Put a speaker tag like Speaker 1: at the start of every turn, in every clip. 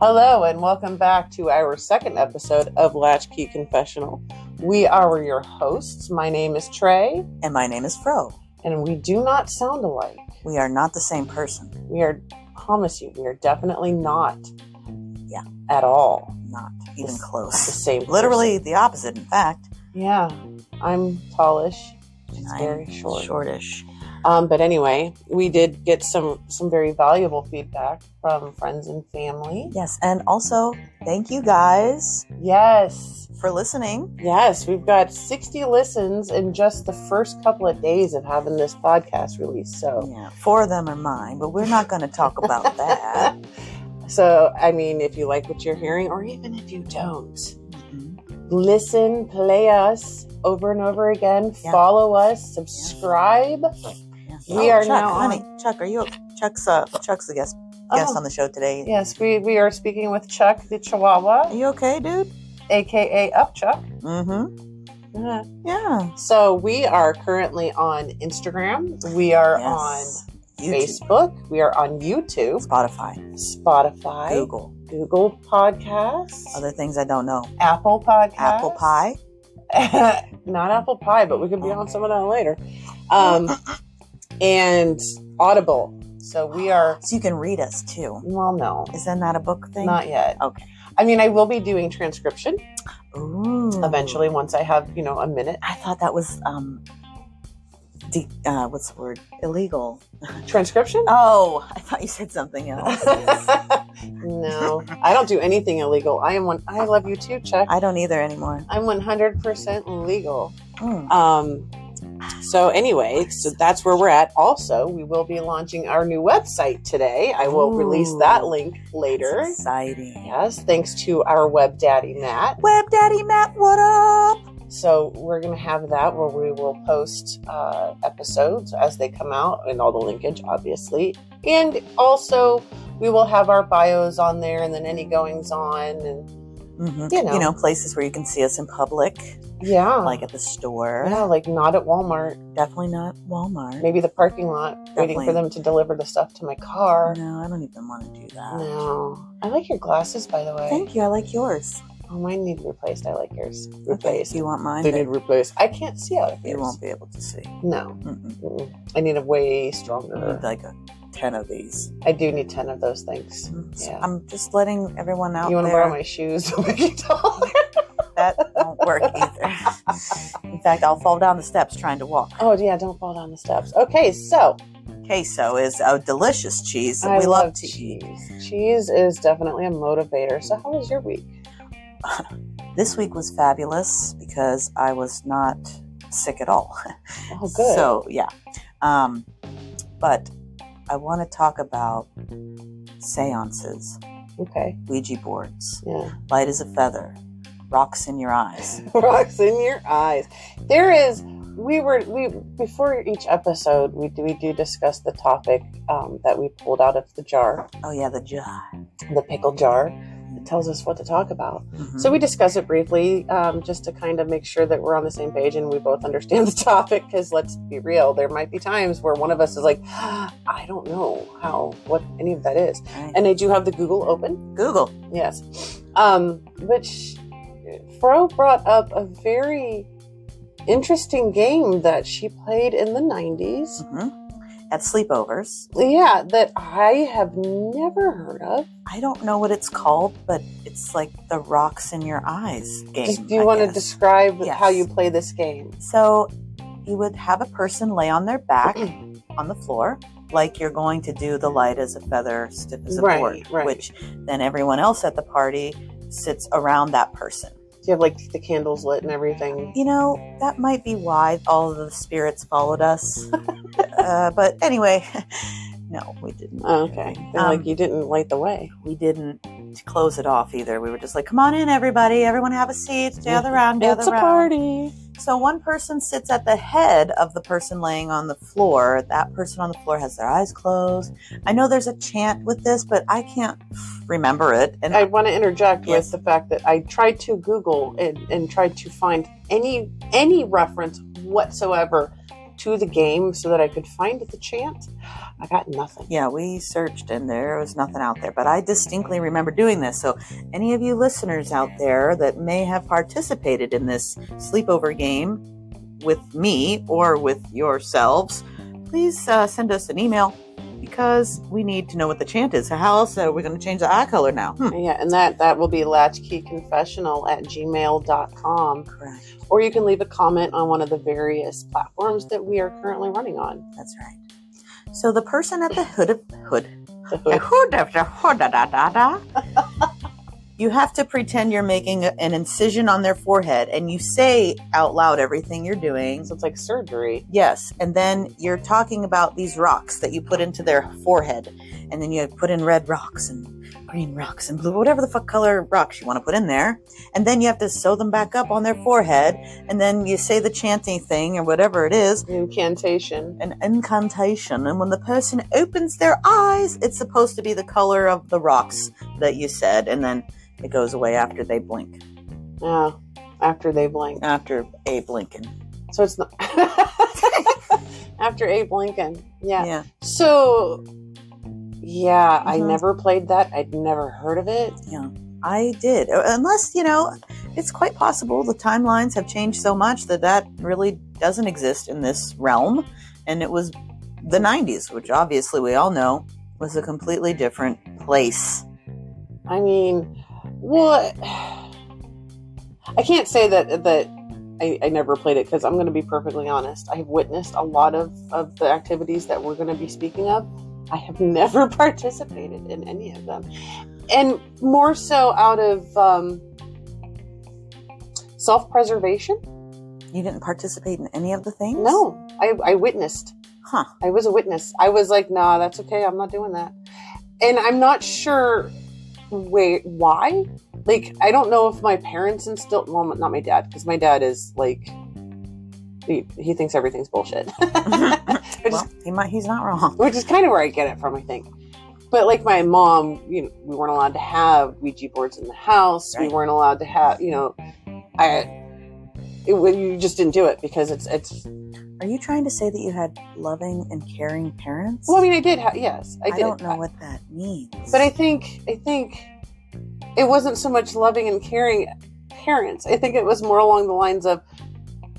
Speaker 1: Hello, and welcome back to our second episode of Latchkey Confessional. We are your hosts. My name is Trey,
Speaker 2: And my name is Fro.
Speaker 1: and we do not sound alike.
Speaker 2: We are not the same person.
Speaker 1: We are, promise you, we are definitely not.
Speaker 2: Yeah.
Speaker 1: At all.
Speaker 2: Not even
Speaker 1: Yes. The
Speaker 2: close.
Speaker 1: same.
Speaker 2: Literally the opposite, in fact.
Speaker 1: person. Yeah. I'm tallish. She's
Speaker 2: I'm
Speaker 1: very short.
Speaker 2: Shortish.
Speaker 1: Um, but anyway, we did get some some very valuable feedback from friends and family.
Speaker 2: Yes. And also, thank you guys
Speaker 1: Yes.
Speaker 2: for listening.
Speaker 1: Yes, we've got 60 listens in just the first couple of days of having this podcast released. So,
Speaker 2: Yeah, four of them are mine, but we're not going to talk about that.
Speaker 1: so I mean, if you like what you're hearing, or even if you don't,
Speaker 2: Mm-hmm.
Speaker 1: listen, play us over and over again.
Speaker 2: Yeah.
Speaker 1: Follow us, subscribe. We are
Speaker 2: Oh, Chuck,
Speaker 1: now on-
Speaker 2: honey, Chuck, are you? Chuck's uh, Chuck's the guest guest
Speaker 1: Oh,
Speaker 2: on the show today.
Speaker 1: yes, we we are speaking with Chuck the
Speaker 2: Are
Speaker 1: Chihuahua,
Speaker 2: you okay, dude?
Speaker 1: aka Up Chuck.
Speaker 2: Mm-hmm.
Speaker 1: Yeah.
Speaker 2: Yeah.
Speaker 1: So we are currently on Instagram. We are
Speaker 2: Yes.
Speaker 1: on
Speaker 2: YouTube,
Speaker 1: Facebook. We are on YouTube,
Speaker 2: Spotify,
Speaker 1: Spotify,
Speaker 2: Google,
Speaker 1: Google Podcasts,
Speaker 2: other things I don't know.
Speaker 1: Apple Podcasts,
Speaker 2: Apple Pie.
Speaker 1: not Apple Pie, but we could be on some of that later, um, and Audible. So we are.
Speaker 2: So you can read us too.
Speaker 1: Well, no,
Speaker 2: Is that not a book thing?
Speaker 1: not yet.
Speaker 2: Okay.
Speaker 1: I mean, I will be doing transcription
Speaker 2: Ooh.
Speaker 1: eventually once I have you know a minute.
Speaker 2: I thought that was um, de- uh, what's the word? Illegal.
Speaker 1: Transcription?
Speaker 2: Oh, I thought you said something else.
Speaker 1: no, I don't do anything illegal. I am one. I love you too, Chuck.
Speaker 2: I don't either anymore.
Speaker 1: I'm 100% legal.
Speaker 2: Mm.
Speaker 1: Um, so anyway, so that's where we're at. Also, we will be launching our new website today. I will release
Speaker 2: Ooh.
Speaker 1: that link later.
Speaker 2: That's exciting.
Speaker 1: Yes, thanks to our web daddy Matt.
Speaker 2: Web Daddy Matt, what up?
Speaker 1: So we're gonna have that where we will post uh, episodes as they come out and all the linkage, obviously. And also, we will have our bios on there, and then any goings on, and
Speaker 2: hmm
Speaker 1: You know.
Speaker 2: places where you can see us in public,
Speaker 1: yeah,
Speaker 2: like at the store.
Speaker 1: yeah, like not at Walmart.
Speaker 2: Definitely not Walmart.
Speaker 1: maybe the parking lot, waiting for
Speaker 2: Definitely.
Speaker 1: them to deliver the stuff to my car.
Speaker 2: No, I don't even want to do that.
Speaker 1: No. I like your glasses, by the way.
Speaker 2: Thank you. I like yours.
Speaker 1: Oh, mine need replaced. I like yours.
Speaker 2: Okay.
Speaker 1: Replaced.
Speaker 2: Do you want mine?
Speaker 1: They need replaced. I can't see out of yours.
Speaker 2: you won't be able to see.
Speaker 1: No.
Speaker 2: Mm-mm.
Speaker 1: Mm-mm. I need a way
Speaker 2: I need
Speaker 1: stronger.
Speaker 2: like a ten of these.
Speaker 1: I do need 10 of those things.
Speaker 2: So
Speaker 1: Yeah.
Speaker 2: I'm just letting everyone out
Speaker 1: you want to
Speaker 2: there.
Speaker 1: borrow my shoes so we can talk?
Speaker 2: that won't work either. In fact, I'll fall down the steps trying to walk.
Speaker 1: Oh, yeah, don't fall down the steps. Okay, so
Speaker 2: Queso is a delicious cheese that
Speaker 1: I
Speaker 2: we love, to eat.
Speaker 1: cheese. Cheese is definitely a motivator. So, how was your week?
Speaker 2: This week was fabulous because I was not sick at all.
Speaker 1: Oh, good.
Speaker 2: So yeah, um, but I want to talk about seances,
Speaker 1: okay.
Speaker 2: Ouija boards,
Speaker 1: Yeah.
Speaker 2: light as a feather, rocks in your eyes.
Speaker 1: rocks in your eyes. There is. We were we before each episode we do we do discuss the topic um, that we pulled out of the jar,
Speaker 2: Oh yeah, the jar.
Speaker 1: the pickle jar. It tells us what to talk about.
Speaker 2: Mhm.
Speaker 1: So we discuss it briefly, um, just to kind of make sure that we're on the same page and we both understand the topic. Because let's be real, there might be times where one of us is like, I don't know how what any of that is.
Speaker 2: Right.
Speaker 1: And I do have the Google open,
Speaker 2: Google.
Speaker 1: Yes. Um, which Fro brought up a very interesting game that she played in the 90s.
Speaker 2: Mhm. At sleepovers,
Speaker 1: Yeah, that I have never heard of.
Speaker 2: I don't know what it's called, but it's like the rocks in your eyes game.
Speaker 1: Just, do you
Speaker 2: I
Speaker 1: want to
Speaker 2: guess.
Speaker 1: describe
Speaker 2: Yes.
Speaker 1: how you play this game?
Speaker 2: So you would have a person lay on their back
Speaker 1: Mm.
Speaker 2: on the floor, like you're going to do the light as a feather, stiff as a
Speaker 1: Right,
Speaker 2: board,
Speaker 1: right.
Speaker 2: which then everyone else at the party sits around that person.
Speaker 1: Do you have like the candles lit and everything?
Speaker 2: You know, that might be why all of the spirits followed us. uh, but anyway, no, we didn't.
Speaker 1: Oh, okay. They're
Speaker 2: Um,
Speaker 1: like you didn't light the way.
Speaker 2: We didn't close it off either. We were just like, come on in, everybody. Everyone have a seat. Gather around, gather
Speaker 1: It's a
Speaker 2: around.
Speaker 1: party.
Speaker 2: So one person sits at the head of the person laying on the floor. That person on the floor has their eyes closed. I know there's a chant with this, but I can't remember it. And
Speaker 1: I want to interject
Speaker 2: Yes.
Speaker 1: with the fact that I tried to Google and, and tried to find any any reference whatsoever to the game so that I could find the chant. I got nothing.
Speaker 2: Yeah, we searched and there was nothing out there, but I distinctly remember doing this. So, any of you listeners out there that may have participated in this sleepover game with me or with yourselves, please uh, send us an email because we need to know what the chant is. How else are we going to change the eye color now? Hmm.
Speaker 1: Yeah, and that that will be latchkeyconfessional at gmail.com.
Speaker 2: Correct.
Speaker 1: Or you can leave a comment on one of the various platforms that we are currently running on.
Speaker 2: That's right. So the person at the hood of hood,
Speaker 1: The
Speaker 2: the
Speaker 1: hood.
Speaker 2: hood of the hood, da, da, da, da. You have to pretend you're making a- an incision on their forehead, and you say out loud everything you're doing.
Speaker 1: So it's like surgery.
Speaker 2: Yes, and then you're talking about these rocks that you put into their forehead, and then you put in red rocks and green rocks and blue, whatever the fuck color rocks you want to put in there, and then you have to sew them back up on their forehead, and then you say the chanting thing or whatever it is,
Speaker 1: Incantation.
Speaker 2: an incantation, and when the person opens their eyes, it's supposed to be the color of the rocks that you said, and then it goes away after they blink,
Speaker 1: Yeah. After they blink.
Speaker 2: after a blinking.
Speaker 1: So it's not after Abe Lincoln. Yeah.
Speaker 2: yeah.
Speaker 1: So yeah, I
Speaker 2: Mhm.
Speaker 1: never played that. I'd never heard of it.
Speaker 2: Yeah, I did. Uh, Unless, you know, it's quite possible the timelines have changed so much that that really doesn't exist in this realm. And it was the 90s, which obviously we all know was a completely different place.
Speaker 1: I mean, what? I can't say that that I, I never played it because I'm going to be perfectly honest. I have witnessed a lot of of the activities that we're going to be speaking of. I have never participated in any of them, and more so out of um, self preservation.
Speaker 2: You didn't participate in any of the things?
Speaker 1: No, I, I witnessed.
Speaker 2: Huh.
Speaker 1: I was a witness. I was like, nah, that's okay. I'm not doing that. And I'm not sure wait, why. Like, I don't know if my parents instilled, well, not my dad, because my dad is like, he, he thinks everything's bullshit. Which is
Speaker 2: Well, he might, he's not wrong.
Speaker 1: which is kind of where I get it from, I think. But like my mom, you know, we weren't allowed to have Ouija boards in the house.
Speaker 2: Right.
Speaker 1: We weren't allowed to have, you know, I, it, you just didn't do it because it's it's.
Speaker 2: Are you trying to say that you had loving and caring parents?
Speaker 1: Well, I mean, I did. Ha- yes, I
Speaker 2: I,
Speaker 1: did.
Speaker 2: don't know what that means.
Speaker 1: But I think I think it wasn't so much loving and caring parents. I think it was more along the lines of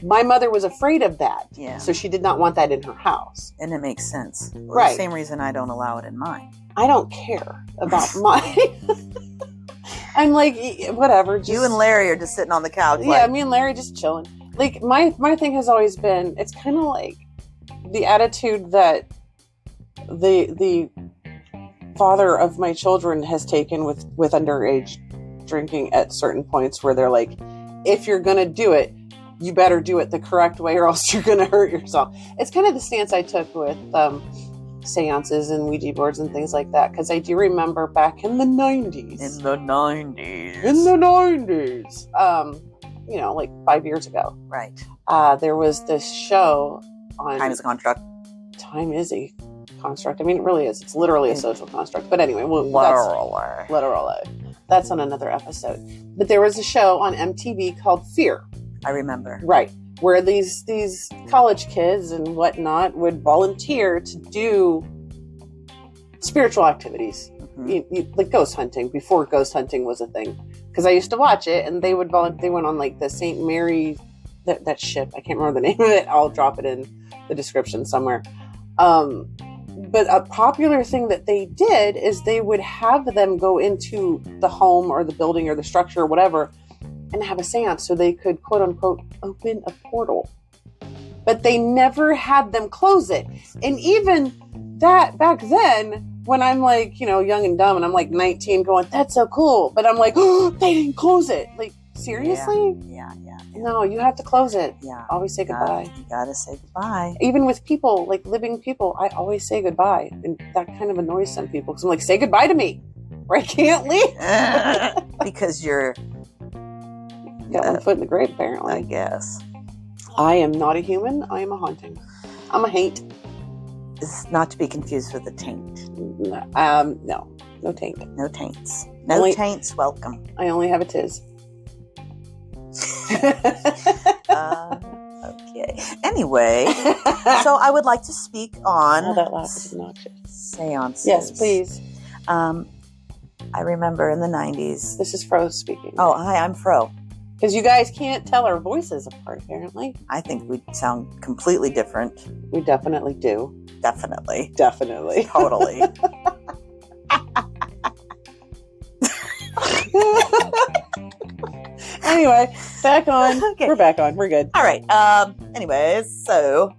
Speaker 1: my mother was afraid of that,
Speaker 2: Yeah.
Speaker 1: so she did not want that in her house.
Speaker 2: and it makes sense. Well,
Speaker 1: Right.
Speaker 2: The same reason I don't allow it in mine.
Speaker 1: I don't care about mine. I'm like "Y- whatever. Just,
Speaker 2: you and Larry are just sitting on the couch.
Speaker 1: yeah,
Speaker 2: like,
Speaker 1: me and Larry just chilling. Like my my thing has always been it's kind of like the attitude that the the father of my children has taken with with underage drinking at certain points where they're like if you're going to do it you better do it the correct way or else you're going to hurt yourself. It's kind of the stance I took with um seances and Ouija boards and things like that because I do remember back in the 90s
Speaker 2: in the nineties.
Speaker 1: in the 90s um you know like five years ago
Speaker 2: right.
Speaker 1: uh there was this show on
Speaker 2: Time is a Mm. contract.
Speaker 1: time is a construct i mean it really is it's literally a social construct but anyway well, that's
Speaker 2: Literally.
Speaker 1: literal uh, that's on another episode but there was a show on mtv called fear
Speaker 2: I remember.
Speaker 1: right where these these college kids and whatnot would volunteer to do spiritual activities
Speaker 2: Mhm.
Speaker 1: you, you, like ghost hunting before ghost hunting was a thing because I used to watch it and they would volunteer. They went on like the St. Mary that, that ship. I can't remember the name of it. I'll drop it in the description somewhere. Um, but a popular thing that they did is they would have them go into the home or the building or the structure or whatever and have a seance so they could quote unquote open a portal. But they never had them close it. And even that back then, when I'm like, you know, young and dumb and I'm like 19 going, that's so cool. But I'm like, oh, they didn't close it. Like, seriously?
Speaker 2: Yeah, yeah,
Speaker 1: No, you have to close it.
Speaker 2: yeah.
Speaker 1: Always say goodbye.
Speaker 2: You gotta say goodbye.
Speaker 1: Even with people, like living people, I always say goodbye. And that kind of annoys some people because I'm like, say goodbye to me or I can't leave.
Speaker 2: because you're,
Speaker 1: Got one foot in the grave, apparently.
Speaker 2: I guess,
Speaker 1: I am not a human. I am a haunting. I'm a haint.
Speaker 2: it's not to be confused with a taint.
Speaker 1: Um, no, no taint.
Speaker 2: No taints. No
Speaker 1: Only-
Speaker 2: taints. Welcome.
Speaker 1: I only have a tiz.
Speaker 2: Uh, okay. Yay. Anyway, so I would like to speak on
Speaker 1: oh, that laugh is obnoxious.
Speaker 2: seances.
Speaker 1: Yes, please.
Speaker 2: Um, I remember in the 90s.
Speaker 1: This is Fro speaking.
Speaker 2: Oh, hi, I'm Fro.
Speaker 1: because you guys can't tell our voices apart. Apparently,
Speaker 2: I think we sound completely different.
Speaker 1: we definitely do.
Speaker 2: Definitely.
Speaker 1: Definitely.
Speaker 2: Totally.
Speaker 1: anyway, back on.
Speaker 2: Okay.
Speaker 1: We're back on. We're good.
Speaker 2: All right. Um, anyways, so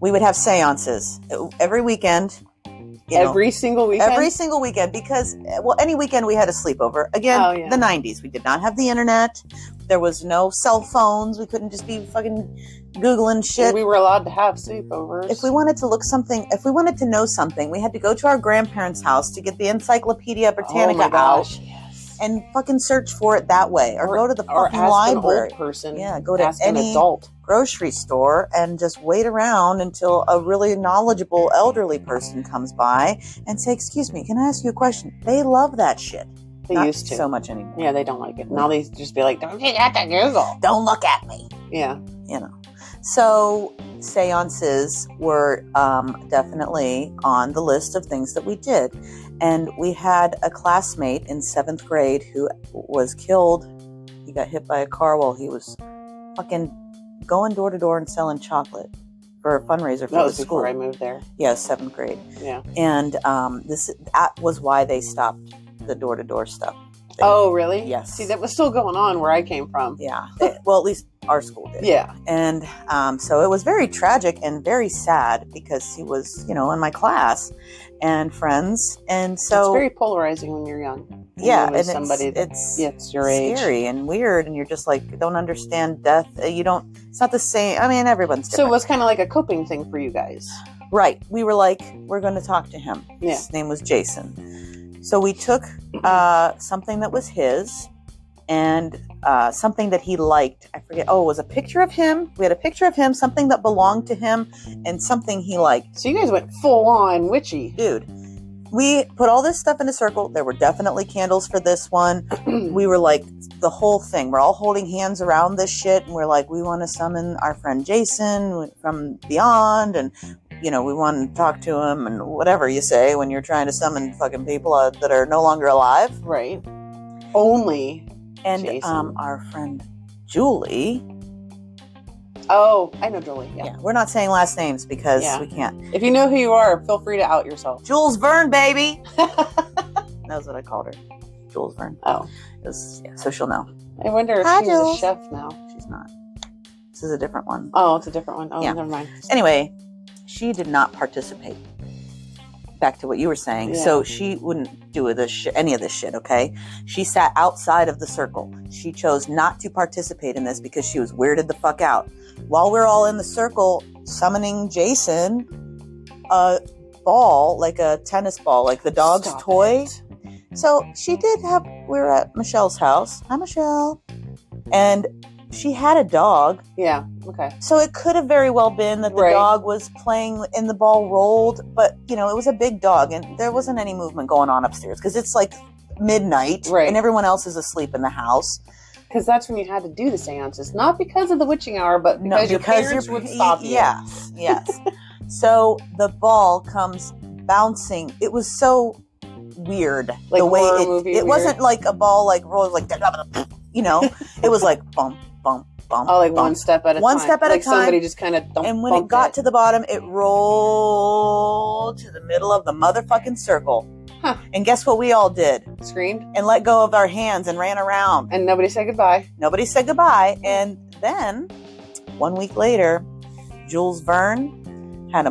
Speaker 2: we would have seances every weekend. you know.
Speaker 1: every single weekend.
Speaker 2: every single weekend because uh, well any weekend we had a sleepover again
Speaker 1: Oh, yeah.
Speaker 2: the 90s we did not have the internet there was no cell phones we couldn't just be fucking googling shit
Speaker 1: we were allowed to have sleepovers.
Speaker 2: if we wanted to look something if we wanted to know something we had to go to our grandparents house to get the encyclopedia
Speaker 1: oh my
Speaker 2: britannica out
Speaker 1: gosh, yes.
Speaker 2: and fucking search for it that way or,
Speaker 1: Or-
Speaker 2: go to the
Speaker 1: or
Speaker 2: fucking
Speaker 1: ask an
Speaker 2: library
Speaker 1: old person.
Speaker 2: Yeah, go to
Speaker 1: ask an
Speaker 2: any-
Speaker 1: adult.
Speaker 2: grocery store and just wait around until a really knowledgeable elderly person comes by and say excuse me can i ask you a question they love that shit
Speaker 1: They
Speaker 2: Not
Speaker 1: used to.
Speaker 2: so much anymore.
Speaker 1: yeah, they don't like it. Now they just be like, "Don't you got to Google?"
Speaker 2: Don't look at me.
Speaker 1: Yeah,
Speaker 2: So seances were um, definitely on the list of things that we did, and we had a classmate in seventh grade who was killed. He got hit by a car while he was fucking going door to door and selling chocolate for a fundraiser for
Speaker 1: that
Speaker 2: the
Speaker 1: was
Speaker 2: school.
Speaker 1: before I moved there.
Speaker 2: yeah, seventh grade.
Speaker 1: Yeah.
Speaker 2: and um, this that was why they stopped the door to door stuff.
Speaker 1: Oh, really?
Speaker 2: Yes.
Speaker 1: See, that was still going on where I came from.
Speaker 2: Yeah, well, at least our school did.
Speaker 1: Yeah.
Speaker 2: And um, so it was very tragic and very sad because he was, you know, in my class and friends. And so,
Speaker 1: it's very polarizing when you're young. When
Speaker 2: yeah,
Speaker 1: there was
Speaker 2: and
Speaker 1: somebody
Speaker 2: it's,
Speaker 1: that-
Speaker 2: it's
Speaker 1: yeah, it's your age.
Speaker 2: scary and weird. And you're just like, don't understand death. Uh, You don't, it's not the same. I mean, everyone's
Speaker 1: So
Speaker 2: different.
Speaker 1: it was kind of like a coping thing for you guys.
Speaker 2: right. We were like, we're going to talk to him.
Speaker 1: Yeah.
Speaker 2: His name was Jason. So we took uh, something that was his and uh, something that he liked. I forget. Oh, it was a picture of him. We had a picture of him, something that belonged to him, and something he liked.
Speaker 1: So you guys went full on witchy.
Speaker 2: Dude, we put all this stuff in a circle. There were definitely candles for this one. We were like, the whole thing. We're all holding hands around this shit, and we're like, we want to summon our friend Jason from beyond, and you know, we want to talk to him, and whatever you say when you're trying to summon fucking people uh, that are no longer alive.
Speaker 1: right. Only.
Speaker 2: And
Speaker 1: Jason.
Speaker 2: um, our friend Julie.
Speaker 1: Oh, I know Julie. Yeah.
Speaker 2: Yeah, we're not saying last names because
Speaker 1: Yeah.
Speaker 2: we can't.
Speaker 1: If you know who you are, feel free to out yourself.
Speaker 2: Jules Verne, baby. That's what I called her. Jules Verne.
Speaker 1: Oh,
Speaker 2: It was- yeah, so she'll know.
Speaker 1: I wonder if
Speaker 2: Hi,
Speaker 1: she's
Speaker 2: Jules.
Speaker 1: a chef now.
Speaker 2: She's not. This is a different one.
Speaker 1: Oh, it's a different one. Oh,
Speaker 2: Yeah.
Speaker 1: never mind.
Speaker 2: Anyway, she did not participate. Back to what you were saying. So she wouldn't do this sh- any of this shit, okay? She sat outside of the circle. She chose not to participate in this because she was weirded the fuck out. While we're all in the circle summoning Jason, a ball, like a tennis ball, like the dog's
Speaker 1: Stop
Speaker 2: toy.
Speaker 1: it.
Speaker 2: So she did have, we were at Michelle's house. Hi, Michelle. And she had a dog.
Speaker 1: Yeah. Okay.
Speaker 2: So it could have very well been that the
Speaker 1: Right.
Speaker 2: dog was playing and the ball rolled, but you know, it was a big dog and there wasn't any movement going on upstairs because it's like midnight
Speaker 1: Right.
Speaker 2: and everyone else is asleep in the house.
Speaker 1: Because that's when you had to do the seances, not because of the witching hour, but because, your parents would
Speaker 2: e
Speaker 1: stop you.
Speaker 2: Yes, yes. so the ball comes bouncing. It was so weird
Speaker 1: Like
Speaker 2: the way
Speaker 1: horror
Speaker 2: it.
Speaker 1: movie
Speaker 2: it
Speaker 1: weird.
Speaker 2: wasn't like a ball like rolls like you know. it was like bump bump bump.
Speaker 1: Oh, like
Speaker 2: bump.
Speaker 1: one step at a
Speaker 2: One
Speaker 1: time.
Speaker 2: step at a
Speaker 1: like Somebody
Speaker 2: time.
Speaker 1: just kind of
Speaker 2: And when it got to the bottom, it rolled to the middle of the motherfucking circle.
Speaker 1: Huh.
Speaker 2: And guess what we all did?
Speaker 1: to screamed,
Speaker 2: And let go of our hands and ran around.
Speaker 1: and nobody said goodbye.
Speaker 2: Nobody said goodbye. And then, one week later, Jules Verne had a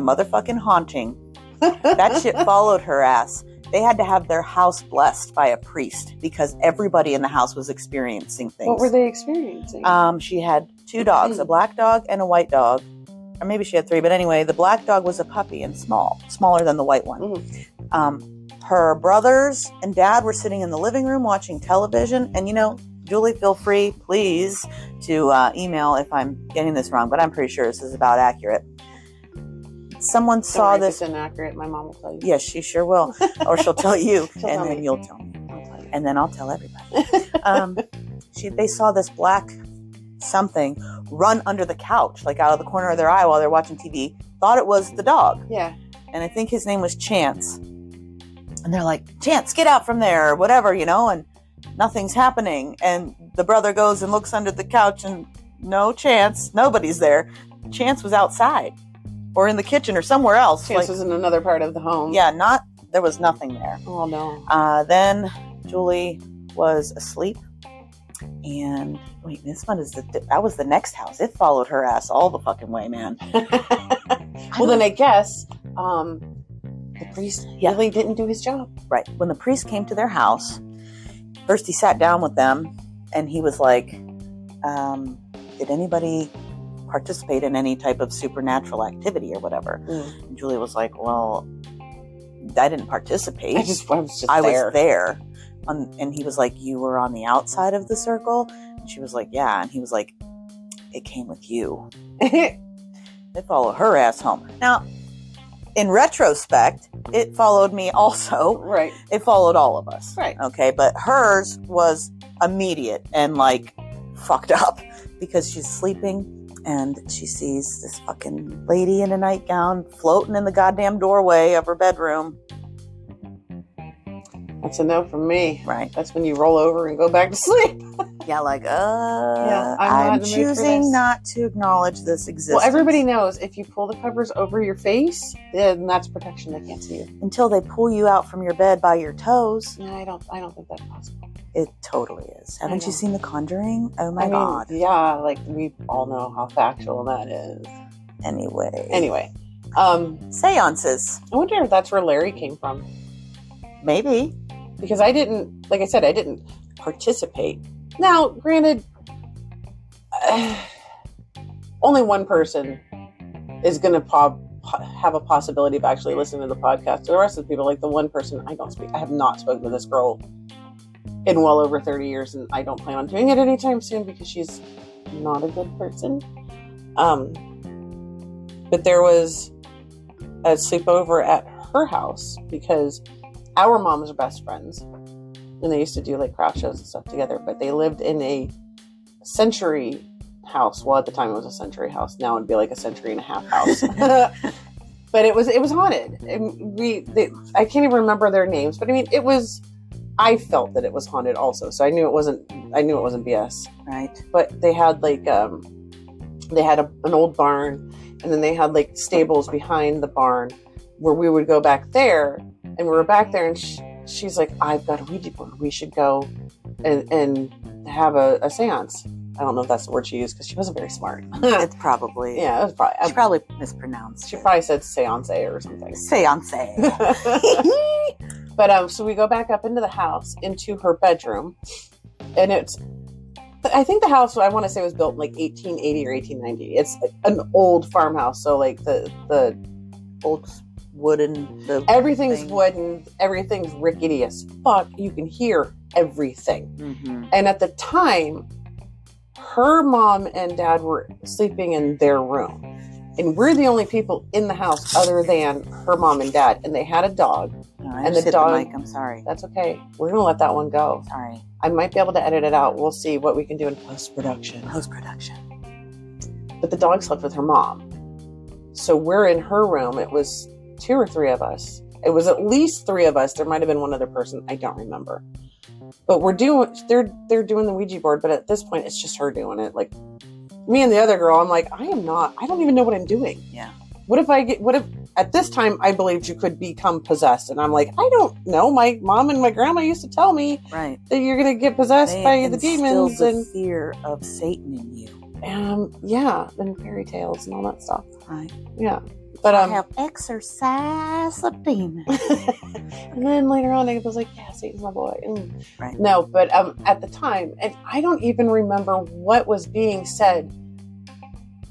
Speaker 2: motherfucking haunting. That shit followed her ass. They had to have their house blessed by a priest because everybody in the house was experiencing things.
Speaker 1: What were they experiencing?
Speaker 2: Um, she had two dogs, a black dog and a white dog. Or maybe she had three, but anyway, the black dog was a puppy and small, smaller than the white one.
Speaker 1: Mm-hmm.
Speaker 2: Um, her brothers and dad were sitting in the living room watching television. And you know, Julie, feel free, please, to uh, email if I'm getting this wrong, but I'm pretty sure this is about accurate. Someone
Speaker 1: Don't
Speaker 2: saw
Speaker 1: worry if
Speaker 2: this.
Speaker 1: It's inaccurate. My mom will tell you.
Speaker 2: Yes, she sure will. Or she'll tell you,
Speaker 1: She'll
Speaker 2: and
Speaker 1: tell
Speaker 2: then
Speaker 1: me.
Speaker 2: you'll tell me.
Speaker 1: I'll tell you.
Speaker 2: And then I'll tell everybody um, she, they saw this black something run under the couch, like out of the corner of their eye while they're watching TV, thought it was the dog.
Speaker 1: Yeah.
Speaker 2: And I think his name was Chance. And they're like, Chance, get out from there, or whatever, you know, and nothing's happening. And the brother goes and looks under the couch, and no chance, nobody's there. Chance was outside or in the kitchen or somewhere else.
Speaker 1: Chance
Speaker 2: like-
Speaker 1: was in another part of the home.
Speaker 2: yeah, not, there was nothing there.
Speaker 1: Oh no.
Speaker 2: Uh, then Julie was asleep, and wait, this one is the that was the next house. It followed her ass all the fucking way, man.
Speaker 1: well, then I guess um, the priest
Speaker 2: Yeah.
Speaker 1: really didn't do his job.
Speaker 2: right when the priest came to their house, first he sat down with them, and he was like, um, "Did anybody?" participate in any type of supernatural activity or whatever.
Speaker 1: Mm.
Speaker 2: And Julie was like, "Well, I didn't participate.
Speaker 1: I just, I was just
Speaker 2: I
Speaker 1: there.
Speaker 2: was there. On, and he was like, You were on the outside of the circle? And she was like, Yeah. And he was like, It came with you. It followed her ass home. Now, in retrospect, it followed me also.
Speaker 1: right.
Speaker 2: It followed all of us.
Speaker 1: Right.
Speaker 2: Okay. But hers was immediate and like fucked up because she's sleeping and she sees this fucking lady in a nightgown floating in the goddamn doorway of her bedroom.
Speaker 1: That's a no from me.
Speaker 2: Right.
Speaker 1: That's when you roll over and go back to sleep.
Speaker 2: Yeah, like, uh, yeah,
Speaker 1: I'm not
Speaker 2: I'm,
Speaker 1: in the mood for this.
Speaker 2: choosing not to acknowledge this existence.
Speaker 1: Well, everybody knows if you pull the covers over your face, then that's protection. They can't see you.
Speaker 2: Until they pull you out from your bed by your toes,
Speaker 1: No, I don't. I don't think that's possible.
Speaker 2: it totally is.
Speaker 1: I
Speaker 2: Haven't
Speaker 1: know.
Speaker 2: you seen The Conjuring? Oh my
Speaker 1: I mean,
Speaker 2: god.
Speaker 1: Yeah, like we all know how factual that is.
Speaker 2: Anyway.
Speaker 1: Anyway, um,
Speaker 2: Seances.
Speaker 1: I wonder if that's where Larry came from
Speaker 2: Maybe.
Speaker 1: because I didn't, like I said, I didn't participate. Now, granted, only one person is going to po- po- have a possibility of actually listening to the podcast. So the rest of the people, like the one person I don't speak, I have not spoken to this girl in well over 30 years, and I don't plan on doing it anytime soon because she's not a good person. Um, but there was a sleepover at her house because our moms are best friends and they used to do like craft shows and stuff together but they lived in a century house well at the time it was a century house now it'd be like a century and a half house but it was it was haunted and we they, i can't even remember their names but i mean it was i felt that it was haunted also so i knew it wasn't i knew it wasn't bs
Speaker 2: Right.
Speaker 1: but they had like um they had a, an old barn and then they had like stables behind the barn where we would go back there and we were back there and sh she's like i've got a ouija board we should go and and have a, a seance i don't know if that's the word she used because she wasn't very smart yeah
Speaker 2: It's probably.
Speaker 1: it was probably
Speaker 2: She probably mispronounced.
Speaker 1: she
Speaker 2: it.
Speaker 1: probably said seance or something
Speaker 2: Seance.
Speaker 1: but um, so we go back up into the house, into her bedroom, and it's. I think the house I want to say was built in like 1880 or 1890. It's an old farmhouse, so like the the
Speaker 2: Old wooden. The,
Speaker 1: everything's
Speaker 2: Thing.
Speaker 1: wooden, everything's rickety as fuck. You can hear everything.
Speaker 2: Mhm.
Speaker 1: And at the time, her mom and dad were sleeping in their room. And we're the only people in the house other than her mom and dad. And they had a dog.
Speaker 2: No, I
Speaker 1: And the
Speaker 2: just hit
Speaker 1: dog-
Speaker 2: mic. I'm sorry.
Speaker 1: That's okay. We're going to let that one go.
Speaker 2: Sorry.
Speaker 1: I might be able to edit it out. We'll see what we can do in post production.
Speaker 2: Post production.
Speaker 1: But the dog slept with her mom. So we're in her room. It was two or three of us. It was at least three of us. There might have been one other person. I don't remember. But we're doing they're they're doing the Ouija board, but at this point it's just her doing it. Like me and the other girl, I'm like, I am not I don't even know what I'm doing.
Speaker 2: Yeah.
Speaker 1: What if I get what if at this time I believed you could become possessed and I'm like, I don't know. My mom and my grandma used to tell me
Speaker 2: Right.
Speaker 1: that you're gonna get possessed
Speaker 2: They
Speaker 1: by the
Speaker 2: instilled
Speaker 1: demons
Speaker 2: the
Speaker 1: and
Speaker 2: fear of Satan in you.
Speaker 1: um yeah and fairy tales and all that stuff
Speaker 2: Right.
Speaker 1: yeah but um
Speaker 2: have exercise the demon.
Speaker 1: and then later on i was like yeah satan's my boy Mm.
Speaker 2: Right.
Speaker 1: no but um at the time and i don't even remember what was being said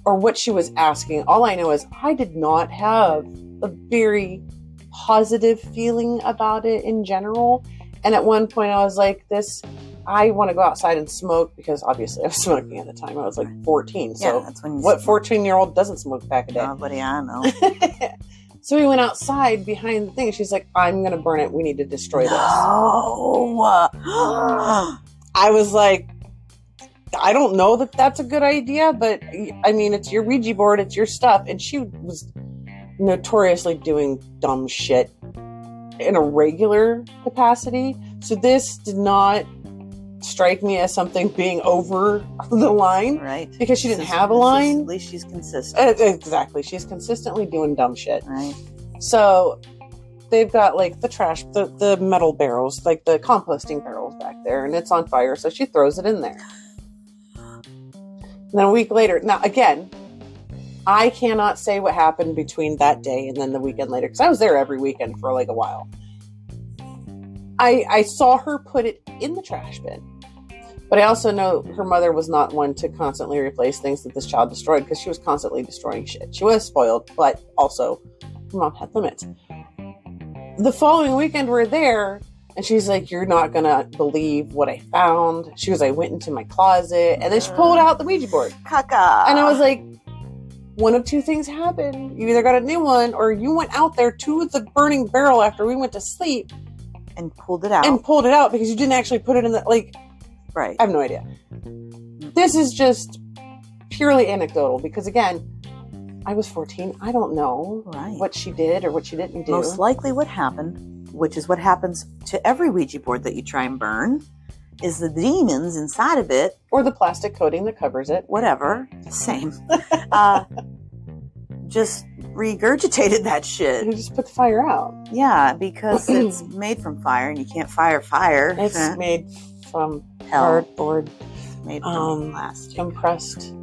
Speaker 1: or what she was asking all i know is i did not have a very positive feeling about it in general and at one point i was like this i want to go outside and smoke because obviously i was smoking at the time i was like 14 so
Speaker 2: yeah, that's when you
Speaker 1: What 14 year old doesn't smoke back a day?
Speaker 2: Nobody I know.
Speaker 1: so we went outside behind the thing. She's like, I'm going to burn it. We need to destroy this.
Speaker 2: no.
Speaker 1: I was like, I don't know that that's a good idea, but I mean, it's your Ouija board, it's your stuff. And she was notoriously doing dumb shit in a regular capacity. So this did not strike me as something being over the line
Speaker 2: right?
Speaker 1: because she didn't
Speaker 2: She's
Speaker 1: have a line.
Speaker 2: consistently- She's consistent,
Speaker 1: Uh, Exactly. She's consistently doing dumb shit.
Speaker 2: right?
Speaker 1: So they've got like the trash, the, the metal barrels, like the composting barrels back there, and it's on fire. So she throws it in there. And then a week later, now again, I cannot say what happened between that day and then the weekend later because I was there every weekend for like a while. I I saw her put it in the trash bin. But I also know her mother was not one to constantly replace things that this child destroyed because she was constantly destroying shit. She was spoiled, but also her mom had limits. The following weekend, we're there, and she's like, You're not gonna believe what I found. She goes, I went into my closet, and then she pulled out the Ouija board.
Speaker 2: Caca.
Speaker 1: And I was like,
Speaker 2: Um,
Speaker 1: one of two things happened. You either got a new one or you went out there to the burning barrel after we went to sleep
Speaker 2: and pulled it out,
Speaker 1: and pulled it out because you didn't actually put it in the like
Speaker 2: right?
Speaker 1: I have no idea. This is just purely anecdotal because again, I was 14. I don't know
Speaker 2: right.
Speaker 1: what she did or what she didn't do.
Speaker 2: Most likely, what happened, which is what happens to every Ouija board that you try and burn, is the demons inside of it
Speaker 1: or the plastic coating that covers it.
Speaker 2: whatever, same. uh, just regurgitated that
Speaker 1: You
Speaker 2: shit.
Speaker 1: just put the fire out.
Speaker 2: Yeah, because it's made from fire and you can't fire fire.
Speaker 1: It's
Speaker 2: Huh.
Speaker 1: made from
Speaker 2: Uh-huh. Hell,
Speaker 1: cardboard
Speaker 2: made from
Speaker 1: um,
Speaker 2: plastic.
Speaker 1: compressed.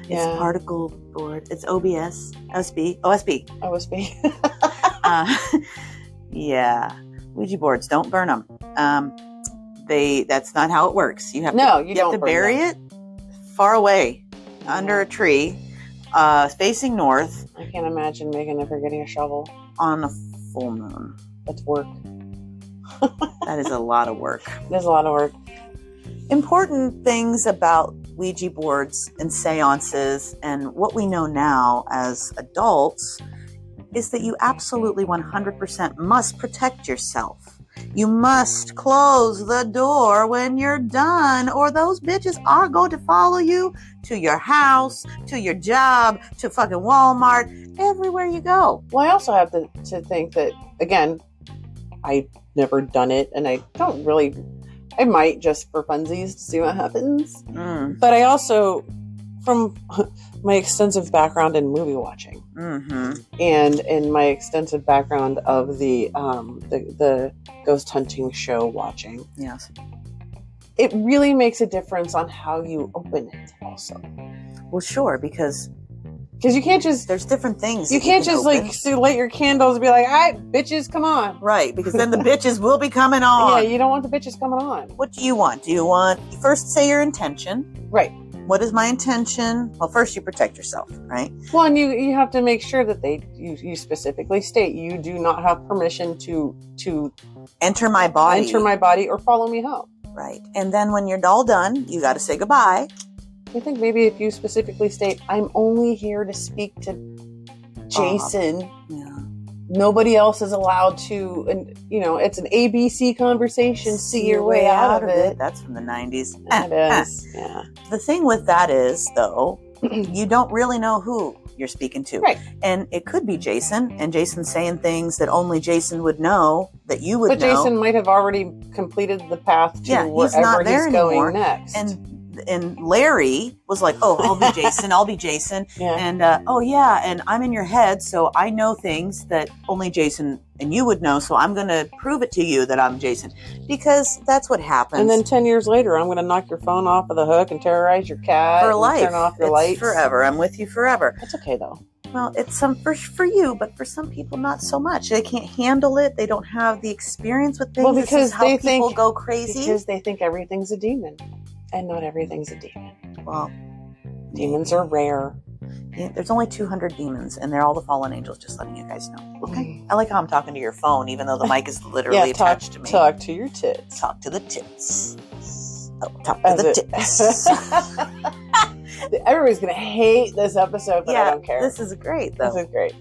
Speaker 2: It's
Speaker 1: Yeah,
Speaker 2: particle board. It's OBS, OSB, OSB.
Speaker 1: OSB.
Speaker 2: Uh, yeah, Ouija boards don't burn them. Um, they that's not how it works. You have
Speaker 1: No,
Speaker 2: to,
Speaker 1: you
Speaker 2: you
Speaker 1: don't
Speaker 2: have to
Speaker 1: burn
Speaker 2: bury it far away under a tree, uh, facing north
Speaker 1: I can't imagine Megan ever getting a shovel.
Speaker 2: on a full moon.
Speaker 1: That's work.
Speaker 2: That is a lot of work.
Speaker 1: There's a lot of work.
Speaker 2: Important things about Ouija boards and seances and what we know now as adults is that you absolutely 100% must protect yourself. You must close the door when you're done, or those bitches are going to follow you to your house, to your job, to fucking Walmart, everywhere you go.
Speaker 1: Well, I also have to, to think that, again, I've never done it and I don't really, I might just for funsies to see what happens.
Speaker 2: Mm,
Speaker 1: But I also, from my extensive background in movie watching
Speaker 2: hmm
Speaker 1: and in my extensive background of the, um, the, the ghost hunting show watching,
Speaker 2: Yes.
Speaker 1: it really makes a difference on how you open it also.
Speaker 2: Well, sure, because
Speaker 1: Because you can't just
Speaker 2: there's different things.
Speaker 1: You
Speaker 2: that
Speaker 1: can't
Speaker 2: can
Speaker 1: just
Speaker 2: open.
Speaker 1: like see, light your candles and be like, "All right, bitches, come on."
Speaker 2: Right, because then the bitches will be coming on.
Speaker 1: Yeah, you don't want the bitches coming on.
Speaker 2: What do you want? Do you want first say your intention?
Speaker 1: Right.
Speaker 2: What is my intention? Well, first you protect yourself, right?
Speaker 1: Well, and you you have to make sure that they you, you specifically state you do not have permission to to
Speaker 2: Enter my body.
Speaker 1: enter my body or follow me home.
Speaker 2: right. And then when you're all done, you got to say goodbye.
Speaker 1: I think maybe if you specifically state, "I'm only here to speak to Jason,"
Speaker 2: Yeah.
Speaker 1: nobody else is allowed to, and you know, it's an ABC conversation. See your way out of it.
Speaker 2: That's from the 90s.
Speaker 1: It is, yeah.
Speaker 2: The thing with that is, though, you don't really know who you're speaking to.
Speaker 1: Right.
Speaker 2: And it could be Jason, and Jason's saying things that only Jason would know, that you would
Speaker 1: But
Speaker 2: know.
Speaker 1: Jason might have already completed the path to
Speaker 2: Yeah, he's
Speaker 1: wherever
Speaker 2: not there
Speaker 1: he's going
Speaker 2: anymore.
Speaker 1: next.
Speaker 2: and and Larry was like, "Oh, I'll be Jason. I'll be Jason."
Speaker 1: yeah.
Speaker 2: And uh, oh yeah, and I'm in your head, so I know things that only Jason and you would know. So I'm going to prove it to you that I'm Jason because that's what happens.
Speaker 1: And then ten years later, I'm going to knock your phone off of the hook and terrorize your cat
Speaker 2: for
Speaker 1: and
Speaker 2: life,
Speaker 1: Turn off your
Speaker 2: it's
Speaker 1: lights
Speaker 2: forever. I'm with you forever.
Speaker 1: That's okay though.
Speaker 2: Well, it's some for for you, but for some people, not so much. They can't handle it. They don't have the experience with things.
Speaker 1: Well,
Speaker 2: This is
Speaker 1: because
Speaker 2: how
Speaker 1: they
Speaker 2: people
Speaker 1: think-
Speaker 2: go crazy.
Speaker 1: Because they think everything's a demon, and not everything's a demon.
Speaker 2: well,
Speaker 1: Demons are rare.
Speaker 2: Yeah, there's only 200 demons, and they're all the fallen angels. Just letting you guys know. Okay.
Speaker 1: Mm.
Speaker 2: I like how I'm talking to your phone, even though the mic is literally
Speaker 1: yeah, talk,
Speaker 2: attached to me.
Speaker 1: talk to your tits.
Speaker 2: Talk to the tits. Oh, talk to
Speaker 1: As
Speaker 2: the
Speaker 1: it-
Speaker 2: tits.
Speaker 1: Everybody's going to hate this episode, but I
Speaker 2: Yeah,
Speaker 1: don't care.
Speaker 2: this is great,
Speaker 1: This
Speaker 2: though.
Speaker 1: is great.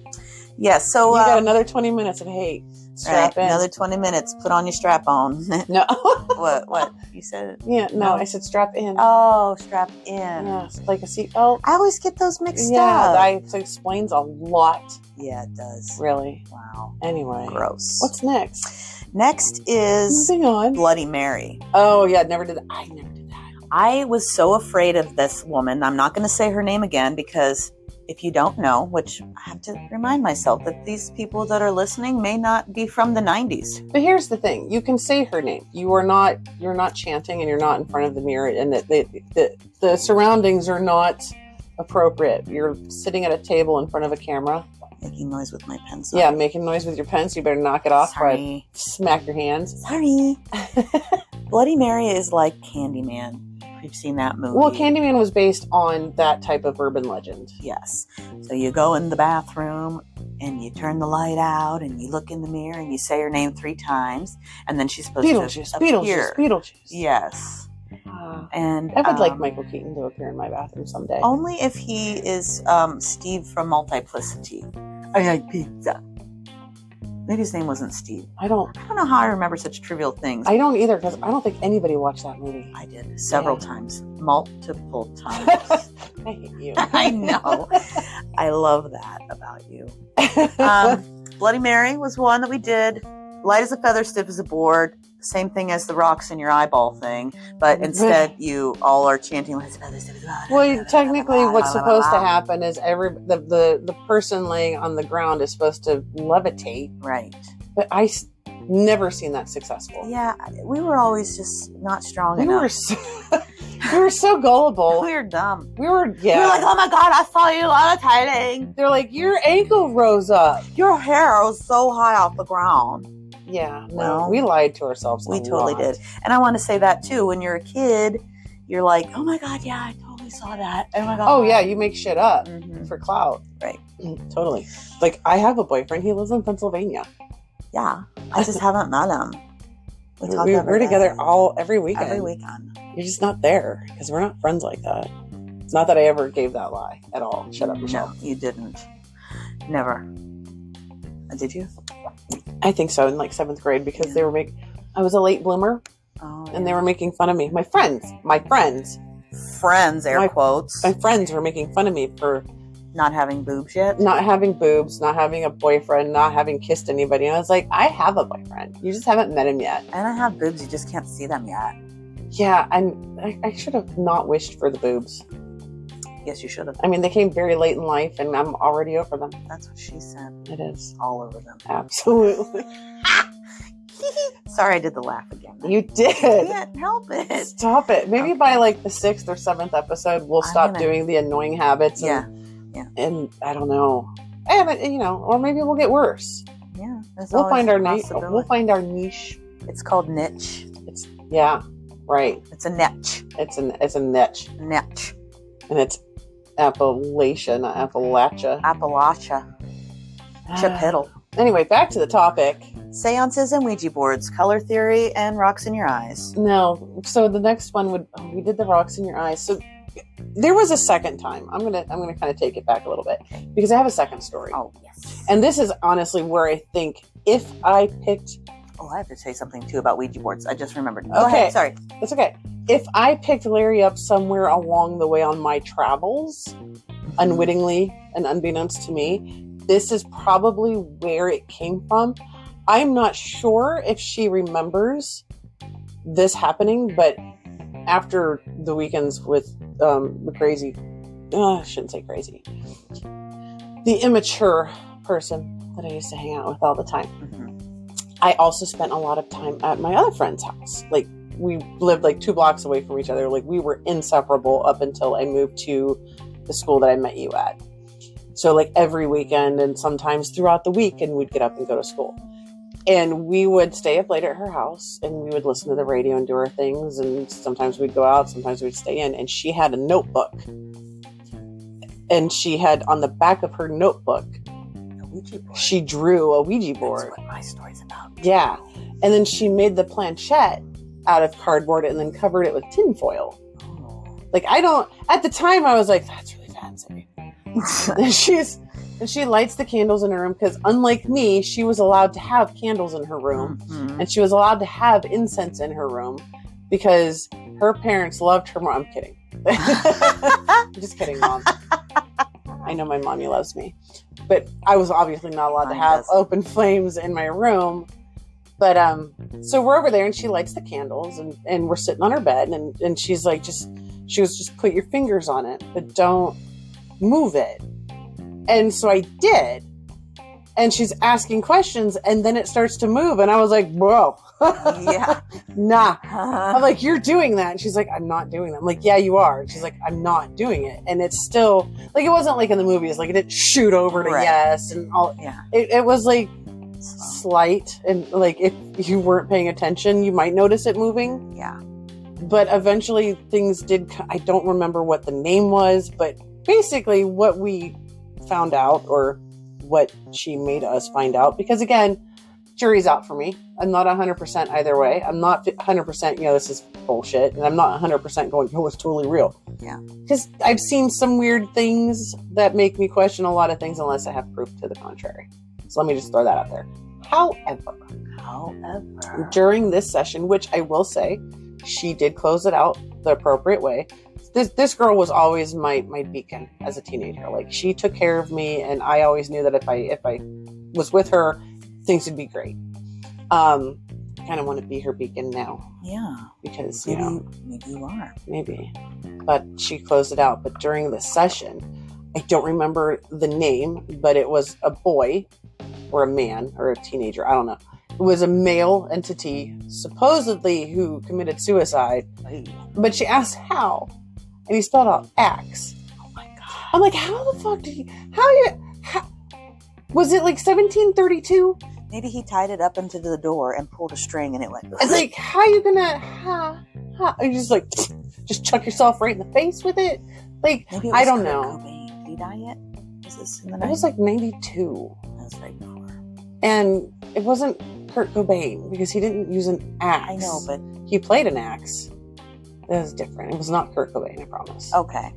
Speaker 2: Yeah, so
Speaker 1: you got
Speaker 2: uh,
Speaker 1: another 20 minutes of hate.
Speaker 2: right,
Speaker 1: Strap in.
Speaker 2: another 20 minutes. Put on your strap on.
Speaker 1: no.
Speaker 2: what? What? You said it.
Speaker 1: yeah, no,
Speaker 2: No.
Speaker 1: I said strap in.
Speaker 2: Oh, strap in.
Speaker 1: yeah, it's like a seatbelt.
Speaker 2: I always get those mixed
Speaker 1: Yeah,
Speaker 2: up.
Speaker 1: that explains a lot,
Speaker 2: yeah, it does.
Speaker 1: really.
Speaker 2: Wow.
Speaker 1: Anyway,
Speaker 2: Gross.
Speaker 1: what's next?
Speaker 2: Next is
Speaker 1: Moving on.
Speaker 2: Bloody Mary.
Speaker 1: Oh yeah, never did. I never did that.
Speaker 2: I was so afraid of this woman. I'm not going to say her name again because if you don't know, which I have to remind myself that these people that are listening may not be from the 90s.
Speaker 1: But here's the thing: you can say her name. You are not. You're not chanting, and you're not in front of the mirror, and that the, the the surroundings are not appropriate. You're sitting at a table in front of a camera.
Speaker 2: Making noise with my pencil.
Speaker 1: Yeah, making noise with your pen. So you better knock it off. Right.
Speaker 2: Sorry.
Speaker 1: Smack your hands.
Speaker 2: Sorry. Bloody Mary is like Candyman. We've seen that movie.
Speaker 1: Well, Candyman was based on that type of urban legend.
Speaker 2: Yes. So you go in the bathroom and you turn the light out and you look in the mirror and you say her name three times and then she's supposed
Speaker 1: Beetlejuice,
Speaker 2: to appear.
Speaker 1: Beetlejuice, Beetlejuice.
Speaker 2: Yes.
Speaker 1: Ah.
Speaker 2: And
Speaker 1: I would like
Speaker 2: um, Oh,
Speaker 1: Michael Keaton to appear in my bathroom someday.
Speaker 2: Only if he is um, Steve from Multiplicity. I like pizza. Maybe his name wasn't Steve.
Speaker 1: I don't.
Speaker 2: I don't know how I remember such trivial things.
Speaker 1: I don't either because I don't think anybody watched that movie.
Speaker 2: I did several times, multiple times.
Speaker 1: I hate you.
Speaker 2: I know. I love that about you. Um, Bloody Mary was one that we did. Light as a feather, stiff as a board. Same thing as the rocks in your eyeball thing, but instead you all are chanting "Light as a feather, stiff as a board."
Speaker 1: Well, technically, what's supposed to happen is every the, the the person laying on the ground is supposed to levitate,
Speaker 2: Right.
Speaker 1: but I s- never seen that successful.
Speaker 2: Yeah, we were always just not strong
Speaker 1: we
Speaker 2: enough.
Speaker 1: were so, we were so
Speaker 2: We
Speaker 1: gullible.
Speaker 2: were dumb.
Speaker 1: We were
Speaker 2: We were
Speaker 1: yeah.
Speaker 2: like, oh my god, I saw you levitating.
Speaker 1: They're like your ankle rose up.
Speaker 2: Your hair was so high off the ground.
Speaker 1: Yeah, no,
Speaker 2: Well,
Speaker 1: we lied to ourselves. a
Speaker 2: We totally
Speaker 1: lot.
Speaker 2: did. And I want to say that too. When you're a kid, you're like, oh my god, yeah, I totally saw that. Oh my god.
Speaker 1: Oh yeah, you make shit up
Speaker 2: Mhm.
Speaker 1: for clout.
Speaker 2: Right.
Speaker 1: Mm, Totally. Like I have a boyfriend. He lives in Pennsylvania.
Speaker 2: Yeah. I just haven't met him. We
Speaker 1: We
Speaker 2: talk
Speaker 1: we,
Speaker 2: every
Speaker 1: we're
Speaker 2: day,
Speaker 1: together all every weekend.
Speaker 2: every weekend.
Speaker 1: You're just not there because we're not friends like that. It's not that I ever gave that lie at all. Shut up, Michelle.
Speaker 2: No, you didn't. Never. Uh, Did you?
Speaker 1: I think so in like seventh grade because
Speaker 2: Yeah.
Speaker 1: they were making. I was a late bloomer
Speaker 2: Oh,
Speaker 1: and they were making fun of me. My friends, my friends,
Speaker 2: friends, air
Speaker 1: My-
Speaker 2: quotes,
Speaker 1: my friends were making fun of me for
Speaker 2: not having boobs yet.
Speaker 1: not having boobs, not having a boyfriend, not having kissed anybody. And I was like, I have a boyfriend. You just haven't met him yet.
Speaker 2: And I have boobs, you just can't see them yet.
Speaker 1: Yeah, and I, I should have not wished for the boobs.
Speaker 2: Yes, you should have.
Speaker 1: I mean, they came very late in life, and I'm already over them.
Speaker 2: That's what she said.
Speaker 1: It is
Speaker 2: All over them.
Speaker 1: absolutely.
Speaker 2: Sorry, I did the laugh again.
Speaker 1: You
Speaker 2: I
Speaker 1: did.
Speaker 2: can't help it.
Speaker 1: Stop it. Maybe
Speaker 2: Okay.
Speaker 1: by like the sixth or seventh episode, we'll
Speaker 2: I'm
Speaker 1: stop
Speaker 2: gonna-
Speaker 1: doing the annoying habits.
Speaker 2: Yeah,
Speaker 1: And, And I don't know. And uh, you know, or maybe we'll get worse.
Speaker 2: yeah. there's
Speaker 1: we'll
Speaker 2: always
Speaker 1: find
Speaker 2: a
Speaker 1: our niche.
Speaker 2: possibility.
Speaker 1: We'll find our niche.
Speaker 2: It's called niche.
Speaker 1: It's yeah, right.
Speaker 2: It's a niche.
Speaker 1: It's an it's a niche,
Speaker 2: Niche.
Speaker 1: and it's Appalachian, not Appalachia.
Speaker 2: Appalachia. Chip Hiddle.
Speaker 1: Anyway, back to the topic.
Speaker 2: Seances and Ouija boards, color theory, and rocks in your eyes.
Speaker 1: No. So the next one would oh, we did the rocks in your eyes. So there was a second time. I'm gonna I'm gonna kind of take it back a little bit because I have a second story,
Speaker 2: Oh, yes.
Speaker 1: and this is honestly where I think if I picked
Speaker 2: Oh, I have to say something too about Ouija boards. I just remembered.
Speaker 1: Okay.
Speaker 2: Go ahead. Sorry.
Speaker 1: that's okay. If I picked Larry up somewhere along the way on my travels,
Speaker 2: Mm-hmm.
Speaker 1: unwittingly and unbeknownst to me, this is probably where it came from. I'm not sure if she remembers this happening, but after the weekends with um, the crazy, uh, I shouldn't say crazy, the immature person that I used to hang out with all the time.
Speaker 2: Mhm.
Speaker 1: I also spent a lot of time at my other friend's house. Like we lived like two blocks away from each other. Like we were inseparable up until I moved to the school that I met you at. So like every weekend and sometimes throughout the week and we'd get up and go to school. And we would stay up late at her house and we would listen to the radio and do our things and sometimes we'd go out, sometimes we'd stay in and she had a notebook. And she had on the back of her notebook,
Speaker 2: A Ouija board.
Speaker 1: she drew a Ouija board.
Speaker 2: That's what my story's about.
Speaker 1: Yeah. And then she made the planchette out of cardboard and then covered it with tinfoil.
Speaker 2: Oh.
Speaker 1: Like, I don't, at the time, I was like, that's really fancy. And she's, And she lights the candles in her room because, unlike me, she was allowed to have candles in her room
Speaker 2: Mhm.
Speaker 1: and she was allowed to have incense in her room because her parents loved her mom. I'm kidding. I'm just kidding, mom. I know my mommy loves me, but I was obviously not allowed to
Speaker 2: Mine
Speaker 1: have
Speaker 2: doesn't.
Speaker 1: open flames in my room. But um, so we're over there, and she lights the candles, and, and we're sitting on her bed, and and she's like, just she was just put your fingers on it, but don't move it. And so I did, and she's asking questions, and then it starts to move, and I was like, bro,
Speaker 2: Mm-hmm. yeah.
Speaker 1: nah, I'm like, you're doing that. And she's like, I'm not doing that. I'm like, yeah, you are. And she's like, I'm not doing it. And it's still like, it wasn't like in the movies, like it didn't shoot over to
Speaker 2: Right.
Speaker 1: yes and all.
Speaker 2: Yeah.
Speaker 1: It, it was like
Speaker 2: So,
Speaker 1: slight. And like, if you weren't paying attention, you might notice it moving.
Speaker 2: yeah.
Speaker 1: But eventually things did. co- I don't remember what the name was, but basically what we found out or what she made us find out. Because again, jury's out for me. I'm not 100% either way. I'm not 100%, you know, this is bullshit. And I'm not 100% going, oh, it's totally real.
Speaker 2: Yeah.
Speaker 1: Because I've seen some weird things that make me question a lot of things unless I have proof to the contrary. So let me just throw that out there. However,
Speaker 2: However.
Speaker 1: during this session, which I will say, she did close it out the appropriate way. This this girl was always my my beacon as a teenager. Like she took care of me, and I always knew that if I if I was with her, things would be great. Um, kind of want to be her beacon now
Speaker 2: Yeah.
Speaker 1: because you
Speaker 2: Maybe,
Speaker 1: know
Speaker 2: maybe you are.
Speaker 1: maybe. But she closed it out. But during the session, I don't remember the name, but it was a boy or a man or a teenager. I don't know. It was a male entity, supposedly, who committed suicide. But she asked how, and he spelled out axe.
Speaker 2: Oh my god.
Speaker 1: I'm like, how the fuck did you? How you? How, was it like 1732?
Speaker 2: Maybe he tied it up into the door and pulled a string and it went.
Speaker 1: It's like, how you gonna? Ha, ha. Are you just like, just chuck yourself right in the face with it? Like,
Speaker 2: Maybe it
Speaker 1: I
Speaker 2: was
Speaker 1: don't
Speaker 2: Kurt
Speaker 1: know.
Speaker 2: Cobain. Did he die yet? Was this in the
Speaker 1: It
Speaker 2: night?
Speaker 1: was like 92.
Speaker 2: that was right before.
Speaker 1: And it wasn't Kurt Cobain because he didn't use an axe.
Speaker 2: I know, but
Speaker 1: he played an axe. That was different. It was not Kurt Cobain, I promise.
Speaker 2: okay.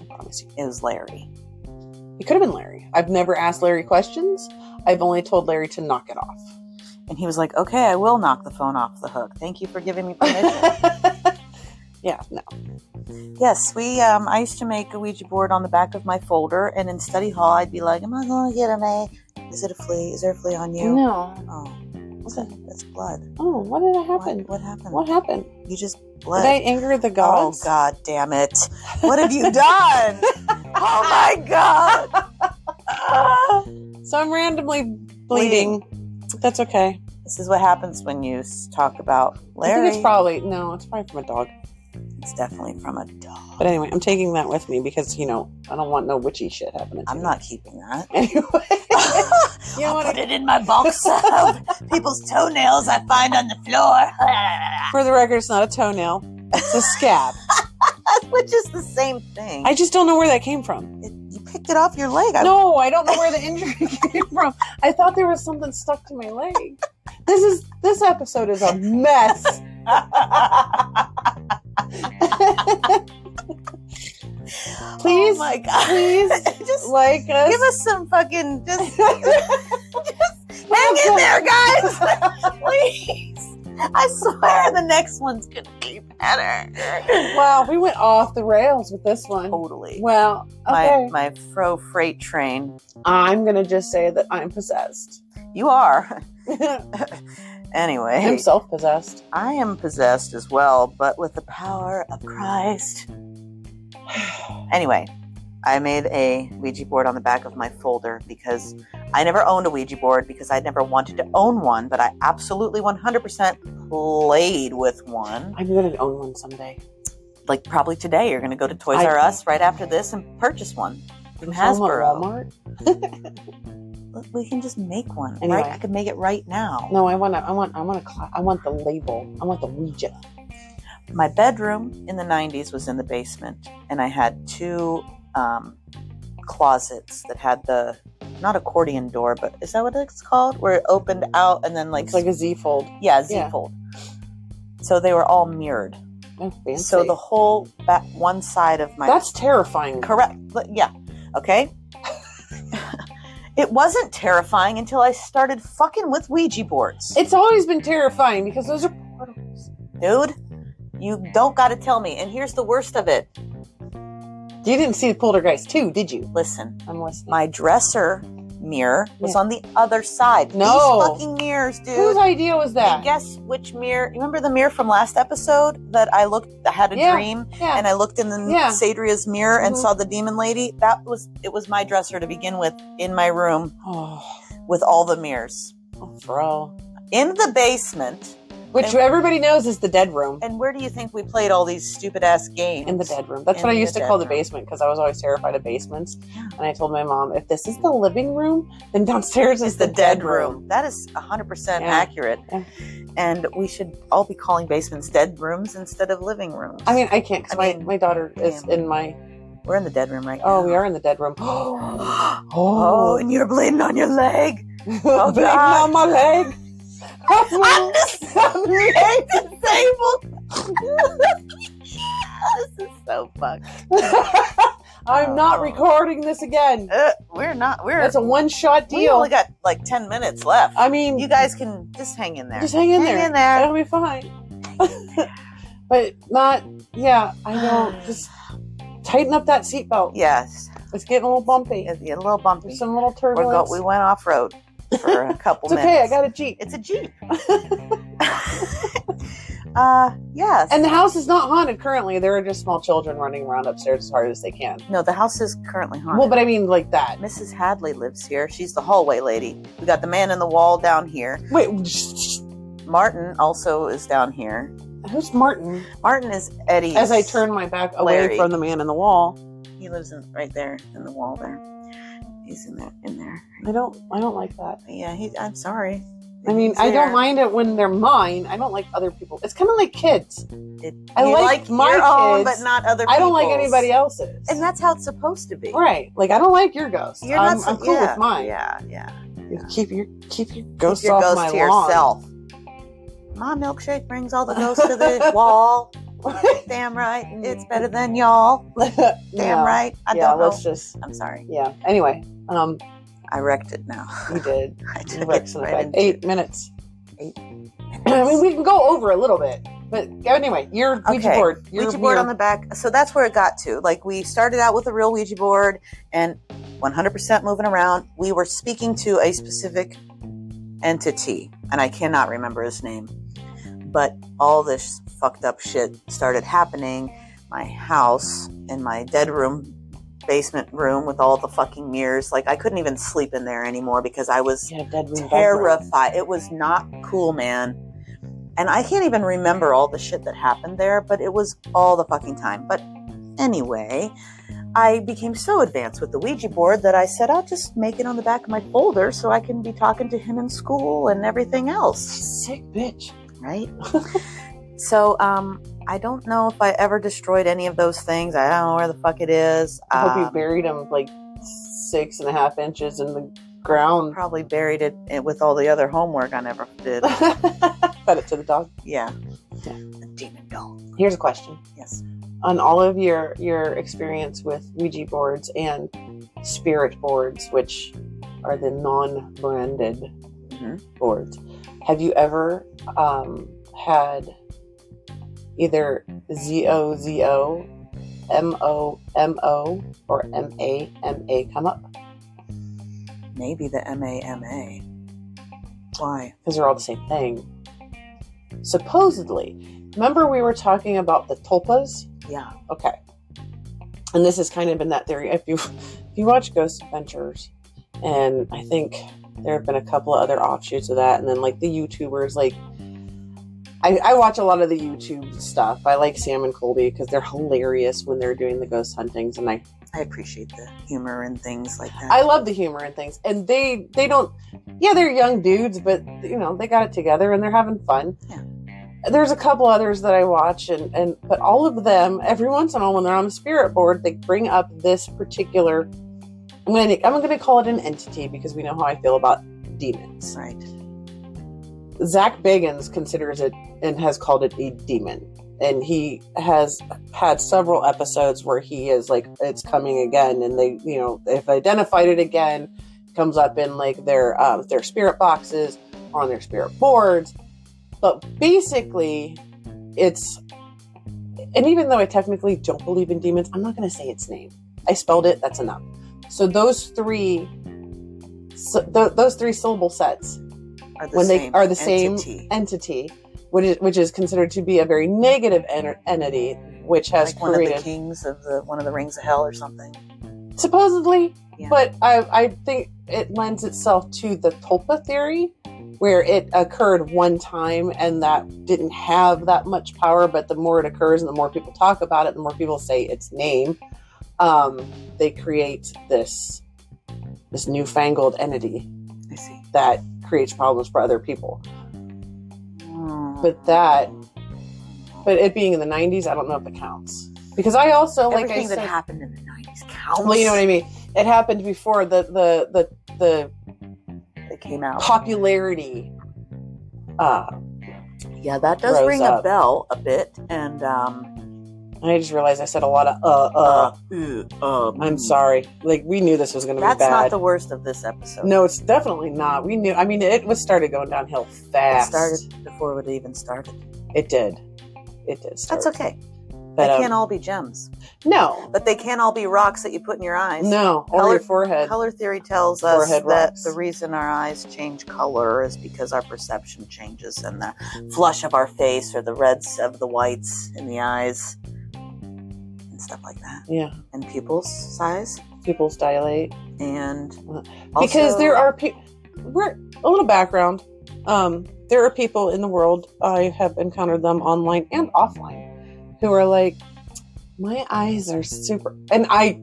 Speaker 1: I promise you.
Speaker 2: It was Larry.
Speaker 1: It could have been Larry. I've never asked Larry questions. I've only told Larry to knock it off.
Speaker 2: And he was like, okay, I will knock the phone off the hook. Thank you for giving me permission.
Speaker 1: yeah, no.
Speaker 2: yes, we, um, I used to make a Ouija board on the back of my folder. And in study hall, I'd be like, am I going to get an A? Is it a flea? Is there a flea on you?
Speaker 1: No.
Speaker 2: Oh, what's that? That's blood.
Speaker 1: Oh, what did
Speaker 2: What-
Speaker 1: happen?
Speaker 2: What, happened?
Speaker 1: What happened?
Speaker 2: You just
Speaker 1: Did
Speaker 2: bled.
Speaker 1: I anger the gods?
Speaker 2: Oh, God damn it. What have you done? oh, my God.
Speaker 1: So I'm randomly bleeding. That's okay.
Speaker 2: This is what happens when you s- talk about
Speaker 1: I
Speaker 2: Larry.
Speaker 1: think it's probably, no, it's probably from a dog.
Speaker 2: It's definitely from a dog.
Speaker 1: But anyway, I'm taking that with me because you know I don't want no witchy shit happening. To
Speaker 2: I'm
Speaker 1: me.
Speaker 2: not keeping that.
Speaker 1: Anyway, you know
Speaker 2: I'll
Speaker 1: what?
Speaker 2: put it in my box of people's toenails I find on the floor,
Speaker 1: For the record, it's not a toenail; it's a scab.
Speaker 2: which is the same thing.
Speaker 1: I just don't know where that came from.
Speaker 2: It- you picked it off your leg. I,
Speaker 1: No, I don't know where the injury came from. I thought there was something stuck to my leg. This is this episode is a
Speaker 2: Oh
Speaker 1: mess. Please,
Speaker 2: oh my God.
Speaker 1: please,
Speaker 2: just
Speaker 1: like us.
Speaker 2: give us some fucking just, just hang in there, guys. please, I swear the next one's gonna be better.
Speaker 1: wow, we went off the rails with this one.
Speaker 2: Totally.
Speaker 1: Well, okay.
Speaker 2: My my fro freight train.
Speaker 1: I'm gonna just say that I'm possessed.
Speaker 2: You are. Anyway.
Speaker 1: I'm self-possessed.
Speaker 2: I am possessed as well, but with the power of Christ. Anyway, I made a Ouija board on the back of my folder because I never owned a Ouija board because I never wanted to own one, but I absolutely 100% played with one.
Speaker 1: I'm gonna own one someday.
Speaker 2: Like probably today, you're going to go to Toys
Speaker 1: I-
Speaker 2: R Us right after this and purchase one from Hasbro.
Speaker 1: Walmart?
Speaker 2: We can just make one,
Speaker 1: Anyway.
Speaker 2: right? I could make it right now.
Speaker 1: No, I want to. I want. I want to. Cl- I want the label. I want the Ouija.
Speaker 2: my bedroom in the 90s was in the basement and i had two um, closets that had the not accordion door but is that what it's called where it opened out and then like,
Speaker 1: It's like a Z fold.
Speaker 2: yeah z
Speaker 1: yeah.
Speaker 2: fold so they were all mirrored
Speaker 1: Oh, fancy.
Speaker 2: so the whole back one side of my
Speaker 1: that's terrifying.
Speaker 2: correct but- yeah okay It wasn't terrifying until I started fucking with Ouija boards.
Speaker 1: It's always been terrifying because those are portals.
Speaker 2: Dude, you don't got to tell me. And here's the worst of it.
Speaker 1: You didn't see the poltergeist too, did you?
Speaker 2: Listen,
Speaker 1: I'm listening.
Speaker 2: my dresser mirror was
Speaker 1: Yeah.
Speaker 2: on the other side.
Speaker 1: No.
Speaker 2: These fucking mirrors, dude.
Speaker 1: Whose idea was
Speaker 2: And
Speaker 1: that?
Speaker 2: guess which mirror? You remember the mirror from last episode that I looked, I had a
Speaker 1: Yeah.
Speaker 2: dream
Speaker 1: yeah.
Speaker 2: and I looked in the
Speaker 1: Yeah.
Speaker 2: Sadria's mirror and
Speaker 1: Mhm.
Speaker 2: saw the demon lady. That was it was my dresser to begin with in my room
Speaker 1: oh,
Speaker 2: with all the mirrors
Speaker 1: bro.
Speaker 2: in the basement.
Speaker 1: Which
Speaker 2: And-
Speaker 1: everybody knows is the dead room.
Speaker 2: And where do you think we played all these stupid ass games?
Speaker 1: In the dead room. That's
Speaker 2: In
Speaker 1: what I
Speaker 2: the
Speaker 1: used to
Speaker 2: dead
Speaker 1: call the
Speaker 2: room.
Speaker 1: basement because I was always terrified of basements.
Speaker 2: Yeah.
Speaker 1: And I told my mom, if this is the living room, then downstairs
Speaker 2: It's
Speaker 1: is
Speaker 2: the dead room. That is 100%
Speaker 1: Yeah.
Speaker 2: accurate.
Speaker 1: Yeah.
Speaker 2: And we should all be calling basements dead rooms instead of living rooms.
Speaker 1: I mean, I can't because
Speaker 2: I
Speaker 1: my,
Speaker 2: mean,
Speaker 1: my daughter is
Speaker 2: yeah.
Speaker 1: in my.
Speaker 2: we're in the dead room right
Speaker 1: Oh,
Speaker 2: now.
Speaker 1: we are in the dead room. oh,
Speaker 2: Oh, and you're bleeding on your leg.
Speaker 1: oh bleeding
Speaker 2: God.
Speaker 1: on my leg.
Speaker 2: I'm disabled. disabled. this is so fucked.
Speaker 1: I'm not
Speaker 2: Oh.
Speaker 1: recording this again.
Speaker 2: Uh, we're not. We're.
Speaker 1: That's a one shot
Speaker 2: we
Speaker 1: deal.
Speaker 2: only got like ten minutes left.
Speaker 1: I mean,
Speaker 2: you guys can just hang in there.
Speaker 1: Just hang in there.
Speaker 2: in there.
Speaker 1: It'll be fine. but not, yeah, I know. Just tighten up that seatbelt.
Speaker 2: Yes,
Speaker 1: It's getting a little bumpy.
Speaker 2: it's a little bumpy.
Speaker 1: There's some little
Speaker 2: We're go-
Speaker 1: turbulence.
Speaker 2: we went off road for a couple
Speaker 1: it's okay.
Speaker 2: minutes.
Speaker 1: I got a Jeep.
Speaker 2: It's a jeep. uh, yes.
Speaker 1: And the house is not haunted currently. There are just small children running around upstairs as hard as they can.
Speaker 2: no, the house is currently haunted.
Speaker 1: Well, but I mean, like that.
Speaker 2: Mrs. Hadley lives here. She's the hallway lady. We got the man in the wall down here.
Speaker 1: Wait,
Speaker 2: Martin also is down here.
Speaker 1: who's Martin?
Speaker 2: Martin is Eddie.
Speaker 1: As I turn my back away
Speaker 2: Larry.
Speaker 1: from the man in the wall,
Speaker 2: he lives in right there in the wall there. He's in there, in there.
Speaker 1: I don't. I don't like that.
Speaker 2: Yeah, he. I'm sorry.
Speaker 1: I mean,
Speaker 2: He's
Speaker 1: I don't
Speaker 2: there.
Speaker 1: mind it when they're mine. I don't like other people. It's kind of like kids.
Speaker 2: It,
Speaker 1: I
Speaker 2: you
Speaker 1: like
Speaker 2: like
Speaker 1: my
Speaker 2: your own,
Speaker 1: kids.
Speaker 2: but not other.
Speaker 1: I don't like
Speaker 2: people's.
Speaker 1: anybody else's.
Speaker 2: And that's how it's supposed to be.
Speaker 1: Right. Like I don't like your ghost.
Speaker 2: You're
Speaker 1: I'm,
Speaker 2: not. so-
Speaker 1: I'm cool
Speaker 2: yeah,
Speaker 1: with mine.
Speaker 2: Yeah, yeah.
Speaker 1: You Keep your keep your ghosts
Speaker 2: Keep your
Speaker 1: off
Speaker 2: ghost
Speaker 1: my
Speaker 2: to
Speaker 1: lawn.
Speaker 2: yourself. My milkshake brings all the ghosts to the wall. Damn right, it's better than y'all. Damn
Speaker 1: Yeah.
Speaker 2: right. I
Speaker 1: yeah,
Speaker 2: don't know.
Speaker 1: let's just
Speaker 2: I'm sorry.
Speaker 1: yeah. Anyway, um
Speaker 2: I wrecked it now.
Speaker 1: we did. We
Speaker 2: I took
Speaker 1: went to
Speaker 2: it
Speaker 1: the
Speaker 2: right
Speaker 1: back.
Speaker 2: into-
Speaker 1: eight minutes. I mean we can go over a little bit. But anyway, your Ouija
Speaker 2: Okay.
Speaker 1: board. Your
Speaker 2: Ouija board
Speaker 1: mirror-
Speaker 2: on the back. So that's where it got to. Like we started out with a real Ouija board and 100% moving around. We were speaking to a specific entity, and I cannot remember his name. But all this fucked up shit started happening. My house and my dead room, basement room with all the fucking mirrors. Like I couldn't even sleep in there anymore because I was
Speaker 1: yeah, dead room, bed room.
Speaker 2: terrified. It was not cool, man. And I can't even remember all the shit that happened there, but it was all the fucking time. But anyway, I became so advanced with the Ouija board that I said, I'll just make it on the back of my folder so I can be talking to him in school and everything else,
Speaker 1: Sick bitch.
Speaker 2: right? so, um, I don't know if I ever destroyed any of those things. I don't know where the fuck it is.
Speaker 1: I hope you
Speaker 2: Um,
Speaker 1: buried him like six and a half inches in the ground.
Speaker 2: probably buried it in- with all the other homework I never did.
Speaker 1: Fed it to the dog.
Speaker 2: Yeah.
Speaker 1: Yeah.
Speaker 2: The demon doll.
Speaker 1: Here's a question.
Speaker 2: Yes.
Speaker 1: on all of your your experience with Ouija boards and spirit boards, which are the non-branded
Speaker 2: Mhm.
Speaker 1: boards. Have you ever um, had either Z O Z O, M O M O, or M A M A come up?
Speaker 2: Maybe the MAMA. Why?
Speaker 1: Because they're all the same thing. Supposedly, remember we were talking about the tulpas.
Speaker 2: Yeah.
Speaker 1: Okay. And this is kind of in that theory. If you if you watch Ghost Adventures, and I think there have been a couple of other offshoots of that, and then like the YouTubers, like I, I watch a lot of the YouTube stuff. I like Sam and Colby because they're hilarious when they're doing the ghost huntings, and I
Speaker 2: I appreciate the humor and things like that.
Speaker 1: I love the humor and things. And they they don't, yeah, they're young dudes, but you know they got it together and they're having fun.
Speaker 2: Yeah.
Speaker 1: There's a couple others that I watch, and and but all of them, every once in a while, when they're on a spirit board, they bring up this particular. I'm gonna I'm gonna call it an entity because we know how I feel about demons.
Speaker 2: right.
Speaker 1: Zach Bagans considers it and has called it a demon. And he has had several episodes where he is like, it's coming again. And they, you know, they've identified it again. comes up in like their uh, their spirit boxes on their spirit boards. But basically, it's and even though I technically don't believe in demons, I'm not going to say its name. I spelled it. That's enough. So those three, so th- those three syllable sets
Speaker 2: Are the
Speaker 1: when they
Speaker 2: same
Speaker 1: are the same
Speaker 2: entity.
Speaker 1: entity, which is, which is considered to be a very negative en- entity, which has
Speaker 2: like one of the
Speaker 1: created
Speaker 2: kings of the one of the rings of hell or something.
Speaker 1: supposedly.
Speaker 2: Yeah.
Speaker 1: But I, I think it lends itself to the tulpa theory, where it occurred one time and that didn't have that much power. But the more it occurs and the more people talk about it, the more people say its name, um, they create this this newfangled entity
Speaker 2: I see.
Speaker 1: that creates problems for other people.
Speaker 2: Hmm.
Speaker 1: But that- But it being in the 90s, I don't know if it counts. Because I also, like
Speaker 2: everything
Speaker 1: I said,
Speaker 2: that happened in the nineties counts.
Speaker 1: well, you know what I mean? It happened before the, the, the, the
Speaker 2: That came out.
Speaker 1: popularity. Uh,
Speaker 2: Yeah, that does
Speaker 1: Rose
Speaker 2: ring a
Speaker 1: up.
Speaker 2: bell a bit. And um,
Speaker 1: and I just realized I said a lot of uh uh.
Speaker 2: uh, ooh, um,
Speaker 1: I'm sorry. Like we knew this was going to be
Speaker 2: That's
Speaker 1: bad.
Speaker 2: not the worst of this episode.
Speaker 1: no, it's definitely not. We knew. I mean, it was started going downhill
Speaker 2: it
Speaker 1: fast.
Speaker 2: started before it even started.
Speaker 1: It did. It did. Start.
Speaker 2: That's okay.
Speaker 1: But,
Speaker 2: they
Speaker 1: um,
Speaker 2: can't all be gems,
Speaker 1: No.
Speaker 2: but they can all be rocks that you put in your eyes.
Speaker 1: No. Or
Speaker 2: Color-
Speaker 1: your forehead.
Speaker 2: Color theory tells us
Speaker 1: Forehead
Speaker 2: that
Speaker 1: rocks.
Speaker 2: the reason our eyes change color is because our perception changes, and the
Speaker 1: Mm-hmm.
Speaker 2: flush of our face or the reds of the whites in the eyes, and stuff like that,
Speaker 1: Yeah.
Speaker 2: and pupils size,
Speaker 1: Pupils dilate.
Speaker 2: and
Speaker 1: because
Speaker 2: also-
Speaker 1: there are people. We're a little background. Um, there are people in the world. I have encountered them online and offline, who are like, "My eyes are super," and I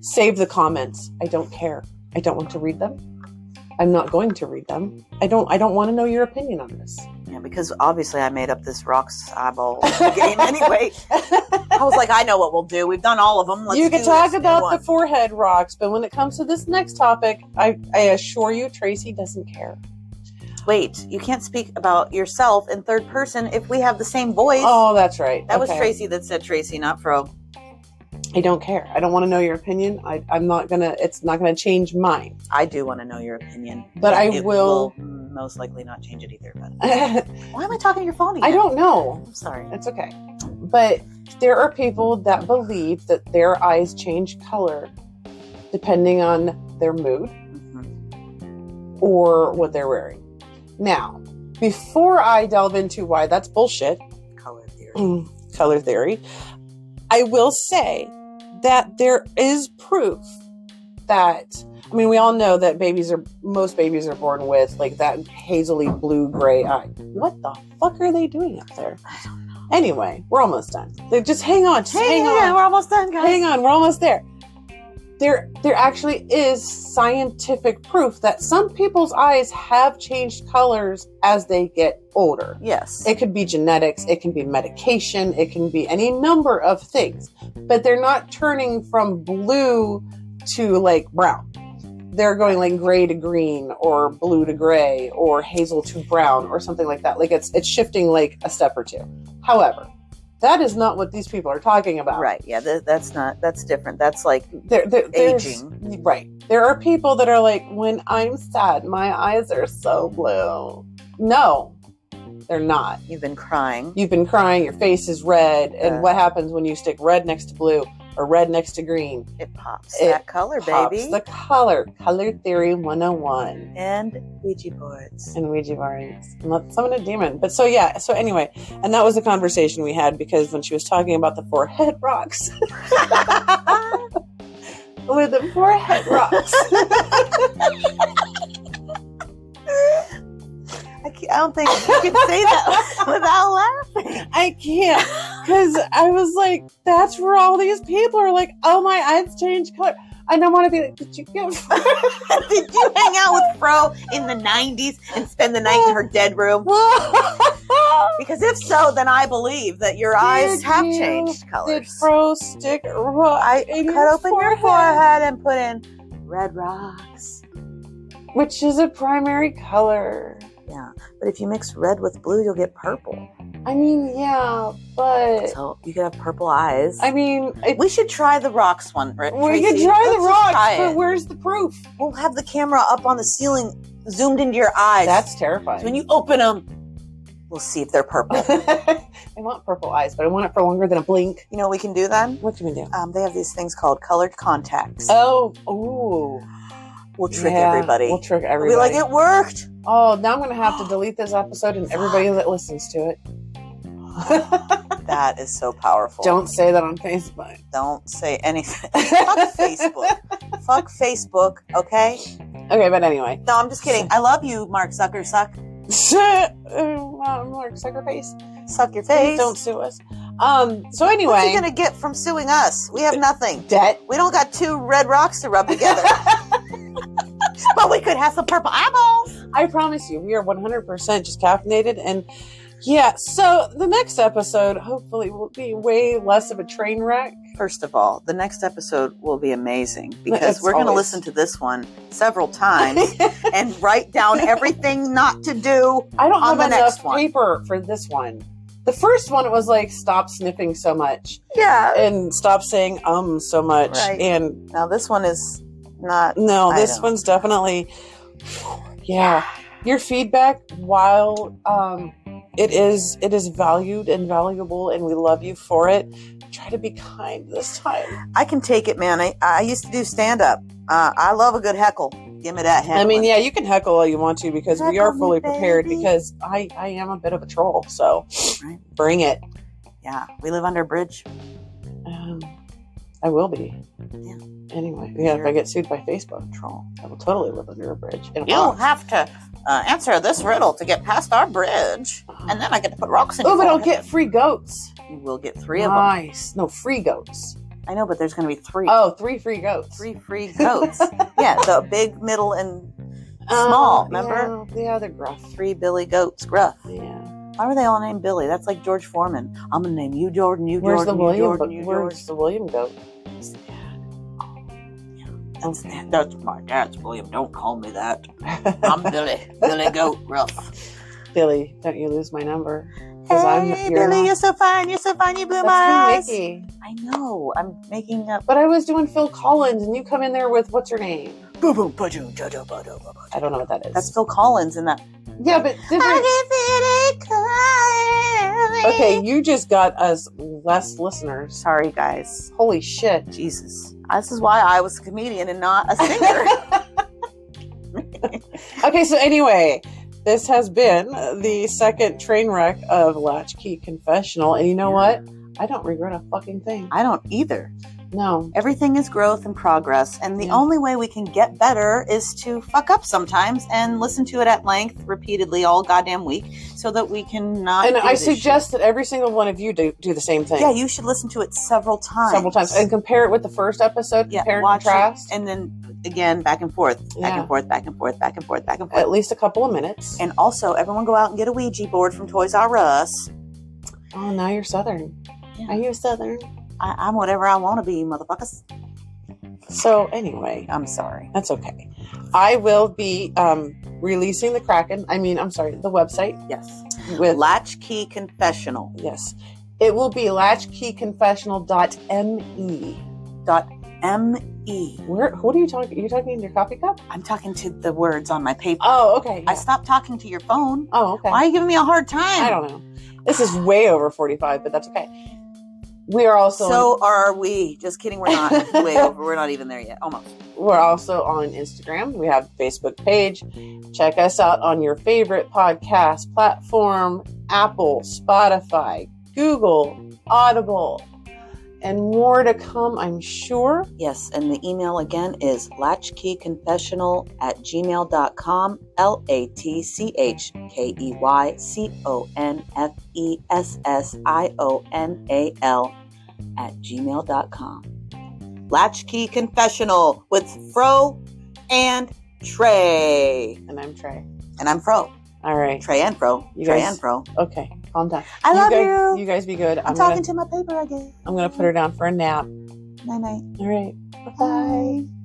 Speaker 1: save the comments. I don't care. I don't want to read them. I'm not going to read them. I don't. I don't want to know your opinion on this.
Speaker 2: Yeah, because obviously I made up this rocks eyeball game anyway. I was like, I know what we'll do. We've done all of them. Let's
Speaker 1: you
Speaker 2: do
Speaker 1: can
Speaker 2: this
Speaker 1: talk
Speaker 2: new
Speaker 1: about
Speaker 2: one.
Speaker 1: the forehead rocks, but when it comes to this next topic, I, I assure you, Tracy doesn't care.
Speaker 2: Wait, you can't speak about yourself in third person if we have the same voice.
Speaker 1: Oh, that's right.
Speaker 2: that was
Speaker 1: Okay.
Speaker 2: Tracy that said Tracy, not Fro.
Speaker 1: I don't care. I don't want to know your opinion. I, I'm not gonna. It's not gonna change mine.
Speaker 2: I do want to know your opinion,
Speaker 1: But I
Speaker 2: It
Speaker 1: will-
Speaker 2: most likely not change it either. But
Speaker 1: I
Speaker 2: why am I talking to your phone? Again?
Speaker 1: don't know.
Speaker 2: I'm sorry.
Speaker 1: It's okay. But there are people that believe that their eyes change color depending on their mood
Speaker 2: Mhm.
Speaker 1: or what they're wearing. Now, before I delve into why that's bullshit,
Speaker 2: Color theory.
Speaker 1: Mm, color theory, I will say that there is proof that I mean we all know that babies are most babies are born with like that hazily blue gray eye. What the fuck are they doing up there?
Speaker 2: I don't know.
Speaker 1: Anyway, we're almost done. They- Just hang on, just hang, on.
Speaker 2: We're almost done, guys.
Speaker 1: Hang on, we're almost there. There there actually is scientific proof that some people's eyes have changed colors as they get older.
Speaker 2: Yes.
Speaker 1: It could be genetics, it can be medication, it can be any number of things, but they're not turning from blue to like brown. They're going like gray to green or blue to gray or hazel to brown or something like that. Like it's it's shifting like a step or two. However, that is not what these people are talking about.
Speaker 2: right. Yeah. That, that's not. That's different. That's like
Speaker 1: There, there, there's-
Speaker 2: Aging.
Speaker 1: Right. There are people that are like, when I'm sad, my eyes are so blue. No, they're not
Speaker 2: you've been crying.
Speaker 1: you've been crying, your face is red, and
Speaker 2: Uh.
Speaker 1: what happens when you stick red next to blue or red next to green?
Speaker 2: It pops
Speaker 1: It
Speaker 2: that color,
Speaker 1: Pops
Speaker 2: baby.
Speaker 1: the color, color theory 101
Speaker 2: and Ouija boards.
Speaker 1: and Ouija bards. I'm not summoning a demon. But so yeah, so anyway, and that was the conversation we had because when she was talking about the forehead rocks with the forehead rocks.
Speaker 2: I, can't- I don't think you can say that without laughing.
Speaker 1: I can't because I was like, that's where all these people are like, oh my eyes change color. And I want to be like, did you get
Speaker 2: Did you hang out with Fro in the 90s and spend the night in her dead room? Because if so, then I believe that your eyes
Speaker 1: Did
Speaker 2: have
Speaker 1: you-
Speaker 2: changed
Speaker 1: Did
Speaker 2: colors.
Speaker 1: fro stick rock
Speaker 2: I
Speaker 1: in
Speaker 2: cut open your forehead and put in red rocks.
Speaker 1: which is a primary color.
Speaker 2: Yeah. But if you mix red with blue, you'll get purple.
Speaker 1: I mean, yeah, but
Speaker 2: So you could have purple eyes.
Speaker 1: Uh, I mean, it,
Speaker 2: we should try the rocks one. Right?
Speaker 1: we could
Speaker 2: Tracy?
Speaker 1: try
Speaker 2: Let's
Speaker 1: the
Speaker 2: just
Speaker 1: rocks,
Speaker 2: try
Speaker 1: but
Speaker 2: it.
Speaker 1: where's the proof?
Speaker 2: We'll have the camera up on the ceiling, zoomed into your eyes.
Speaker 1: That's
Speaker 2: So when
Speaker 1: terrifying.
Speaker 2: you open them, we'll see if they're purple.
Speaker 1: I want purple eyes, but I want it for longer than a blink.
Speaker 2: you know what we can do then?
Speaker 1: What can we do?
Speaker 2: Um, they have these things called colored contacts.
Speaker 1: Oh, ooh.
Speaker 2: we'll trick
Speaker 1: Yeah,
Speaker 2: everybody.
Speaker 1: We'll trick
Speaker 2: We'll
Speaker 1: everybody.
Speaker 2: Be like, it worked.
Speaker 1: oh, now I'm going to have to delete this episode and everybody that listens to it.
Speaker 2: That is so powerful.
Speaker 1: Don't say that on Facebook.
Speaker 2: don't say anything. Fuck Facebook. Fuck Facebook. Okay.
Speaker 1: Okay, but anyway.
Speaker 2: No, I'm just kidding. I love you, Mark Zucker. Suck,
Speaker 1: Um, Mark Suckerface,
Speaker 2: suck your face.
Speaker 1: please don't sue us. Um. So
Speaker 2: What are
Speaker 1: anyway,
Speaker 2: you gonna get from suing us? We have nothing.
Speaker 1: debt.
Speaker 2: We don't got two red rocks to rub together. but we could have some purple eyeballs.
Speaker 1: I promise you, we are 100% just caffeinated. And yeah, so the next episode hopefully will be way less of a train wreck.
Speaker 2: First of all, the next episode will be amazing because
Speaker 1: It's
Speaker 2: we're going to
Speaker 1: always-
Speaker 2: listen to this one several times and write down everything not to do.
Speaker 1: I don't
Speaker 2: On
Speaker 1: have
Speaker 2: the
Speaker 1: enough
Speaker 2: next one.
Speaker 1: paper for this one. The first one it was like stop sniffing so much
Speaker 2: Yeah.
Speaker 1: and stop saying um so much
Speaker 2: Right.
Speaker 1: and
Speaker 2: Now this one is not
Speaker 1: no
Speaker 2: I
Speaker 1: this
Speaker 2: don't-
Speaker 1: one's definitely yeah your feedback while um it is it is valued and valuable and we love you for it try to be kind this time
Speaker 2: I can take it, man. I, I used to do stand up. Uh, I love a good heckle. Give me that heckle.
Speaker 1: I mean, yeah, you can heckle all you want to because we
Speaker 2: Heckle
Speaker 1: are
Speaker 2: me,
Speaker 1: fully prepared
Speaker 2: baby.
Speaker 1: because I, I am a bit of a troll. So
Speaker 2: Right.
Speaker 1: bring it.
Speaker 2: yeah. We live under a bridge.
Speaker 1: Um, I will be.
Speaker 2: Yeah.
Speaker 1: Anyway, yeah, if
Speaker 2: You're-
Speaker 1: I get sued by Facebook, troll, I will totally live under a bridge. in a
Speaker 2: You'll
Speaker 1: box.
Speaker 2: have to uh, answer this riddle to get past our bridge, and then I get to put rocks in.
Speaker 1: Oh,
Speaker 2: your
Speaker 1: but I'll
Speaker 2: forehead.
Speaker 1: get free goats.
Speaker 2: You will get Ah. three of them.
Speaker 1: Nice. No, free goats.
Speaker 2: I know, but there's going to be three.
Speaker 1: Oh, three free goats.
Speaker 2: Three free goats. yeah, the big, middle, and small, remember?
Speaker 1: Oh, Yeah, yeah, they're gruff.
Speaker 2: three Billy goats. Gruff.
Speaker 1: Yeah.
Speaker 2: Why were they all named Billy? That's like George Foreman. I'm going to name you Jordan. You
Speaker 1: Where's the
Speaker 2: Jordan. you
Speaker 1: William?
Speaker 2: Jordan.
Speaker 1: but
Speaker 2: You
Speaker 1: where's
Speaker 2: Jordan.
Speaker 1: the William goat?
Speaker 2: That's, that's my dad's William. Don't call me that. I'm Billy. Billy Goat Gruff.
Speaker 1: Billy, don't you lose my number? 'Cause I'm-
Speaker 2: hey,
Speaker 1: you're
Speaker 2: Billy,
Speaker 1: not-
Speaker 2: you're so fine. You're so fine. You blew
Speaker 1: That's
Speaker 2: my
Speaker 1: me,
Speaker 2: eyes.
Speaker 1: Mickey.
Speaker 2: I know. I'm making up.
Speaker 1: But I was doing Phil Collins, and you come in there with what's her name?
Speaker 2: Boom, boom, ba-doom, da-da, ba-da, ba-da.
Speaker 1: I don't know what that is.
Speaker 2: That's Phil Collins in that.
Speaker 1: yeah, but different. Okay, you just got us less listeners.
Speaker 2: Sorry, guys.
Speaker 1: Holy shit.
Speaker 2: Jesus. This is why I was a comedian and not a singer.
Speaker 1: okay, so anyway, this has been the second train wreck of Latchkey Confessional, and you know
Speaker 2: Yeah.
Speaker 1: what? I don't regret a fucking thing.
Speaker 2: I don't either.
Speaker 1: No.
Speaker 2: Everything is growth and progress, and the
Speaker 1: Yeah.
Speaker 2: only way we can get better is to fuck up sometimes and listen to it at length, repeatedly, all goddamn week, so that we can not.
Speaker 1: And
Speaker 2: do
Speaker 1: I
Speaker 2: this
Speaker 1: suggest that every single one of you do, do the same
Speaker 2: shit.
Speaker 1: thing.
Speaker 2: Yeah, you should listen to it several times.
Speaker 1: several times. And compare it with the first episode,
Speaker 2: yeah,
Speaker 1: compare and
Speaker 2: watch
Speaker 1: contrast.
Speaker 2: it, and then again back and forth, back
Speaker 1: Yeah.
Speaker 2: and forth, back and forth, back and forth, back and forth.
Speaker 1: at least a couple of minutes.
Speaker 2: And also, everyone go out and get a Ouija board from Toys R Us.
Speaker 1: oh, now you're Southern.
Speaker 2: Yeah.
Speaker 1: Are you Southern?
Speaker 2: I, I'm whatever I want to be, motherfuckers.
Speaker 1: So, anyway.
Speaker 2: I'm sorry.
Speaker 1: That's okay. I will be um, releasing the Kraken. I mean, I'm sorry, the website
Speaker 2: Yes.
Speaker 1: with
Speaker 2: Latchkey Confessional.
Speaker 1: yes, it will be latchkeyconfessional.me.
Speaker 2: Dot M E.
Speaker 1: E. Where? What are you talking? Are you talking in your coffee cup?
Speaker 2: I'm talking to the words on my paper.
Speaker 1: Oh, okay.
Speaker 2: I stopped talking to your phone.
Speaker 1: oh, okay.
Speaker 2: Why are you giving me a hard time?
Speaker 1: I don't know. This is way over 45, but that's okay. We are also
Speaker 2: So are we. Just kidding. We're not way over. We're not even there yet. Almost.
Speaker 1: We're also on Instagram. We have a Facebook page. Check us out on your favorite podcast platform Apple, Spotify, Google, Audible, and more to come, I'm sure.
Speaker 2: Yes. And the email again is latchkeyconfessional at gmail.com. L A T C H K E Y C O N F E S S I O N A L at gmail.com. Latchkey Confessional with Fro and Trey.
Speaker 1: And I'm Trey.
Speaker 2: And I'm Fro.
Speaker 1: All right.
Speaker 2: Trey and Fro.
Speaker 1: You
Speaker 2: Trey
Speaker 1: guys-
Speaker 2: and Fro.
Speaker 1: Okay. Calm down.
Speaker 2: I love
Speaker 1: guys,
Speaker 2: you.
Speaker 1: You guys be good.
Speaker 2: I'm,
Speaker 1: I'm,
Speaker 2: talking
Speaker 1: going to
Speaker 2: to my paper again.
Speaker 1: I'm gonna put her down for a nap.
Speaker 2: Night night.
Speaker 1: All right.
Speaker 2: Bye.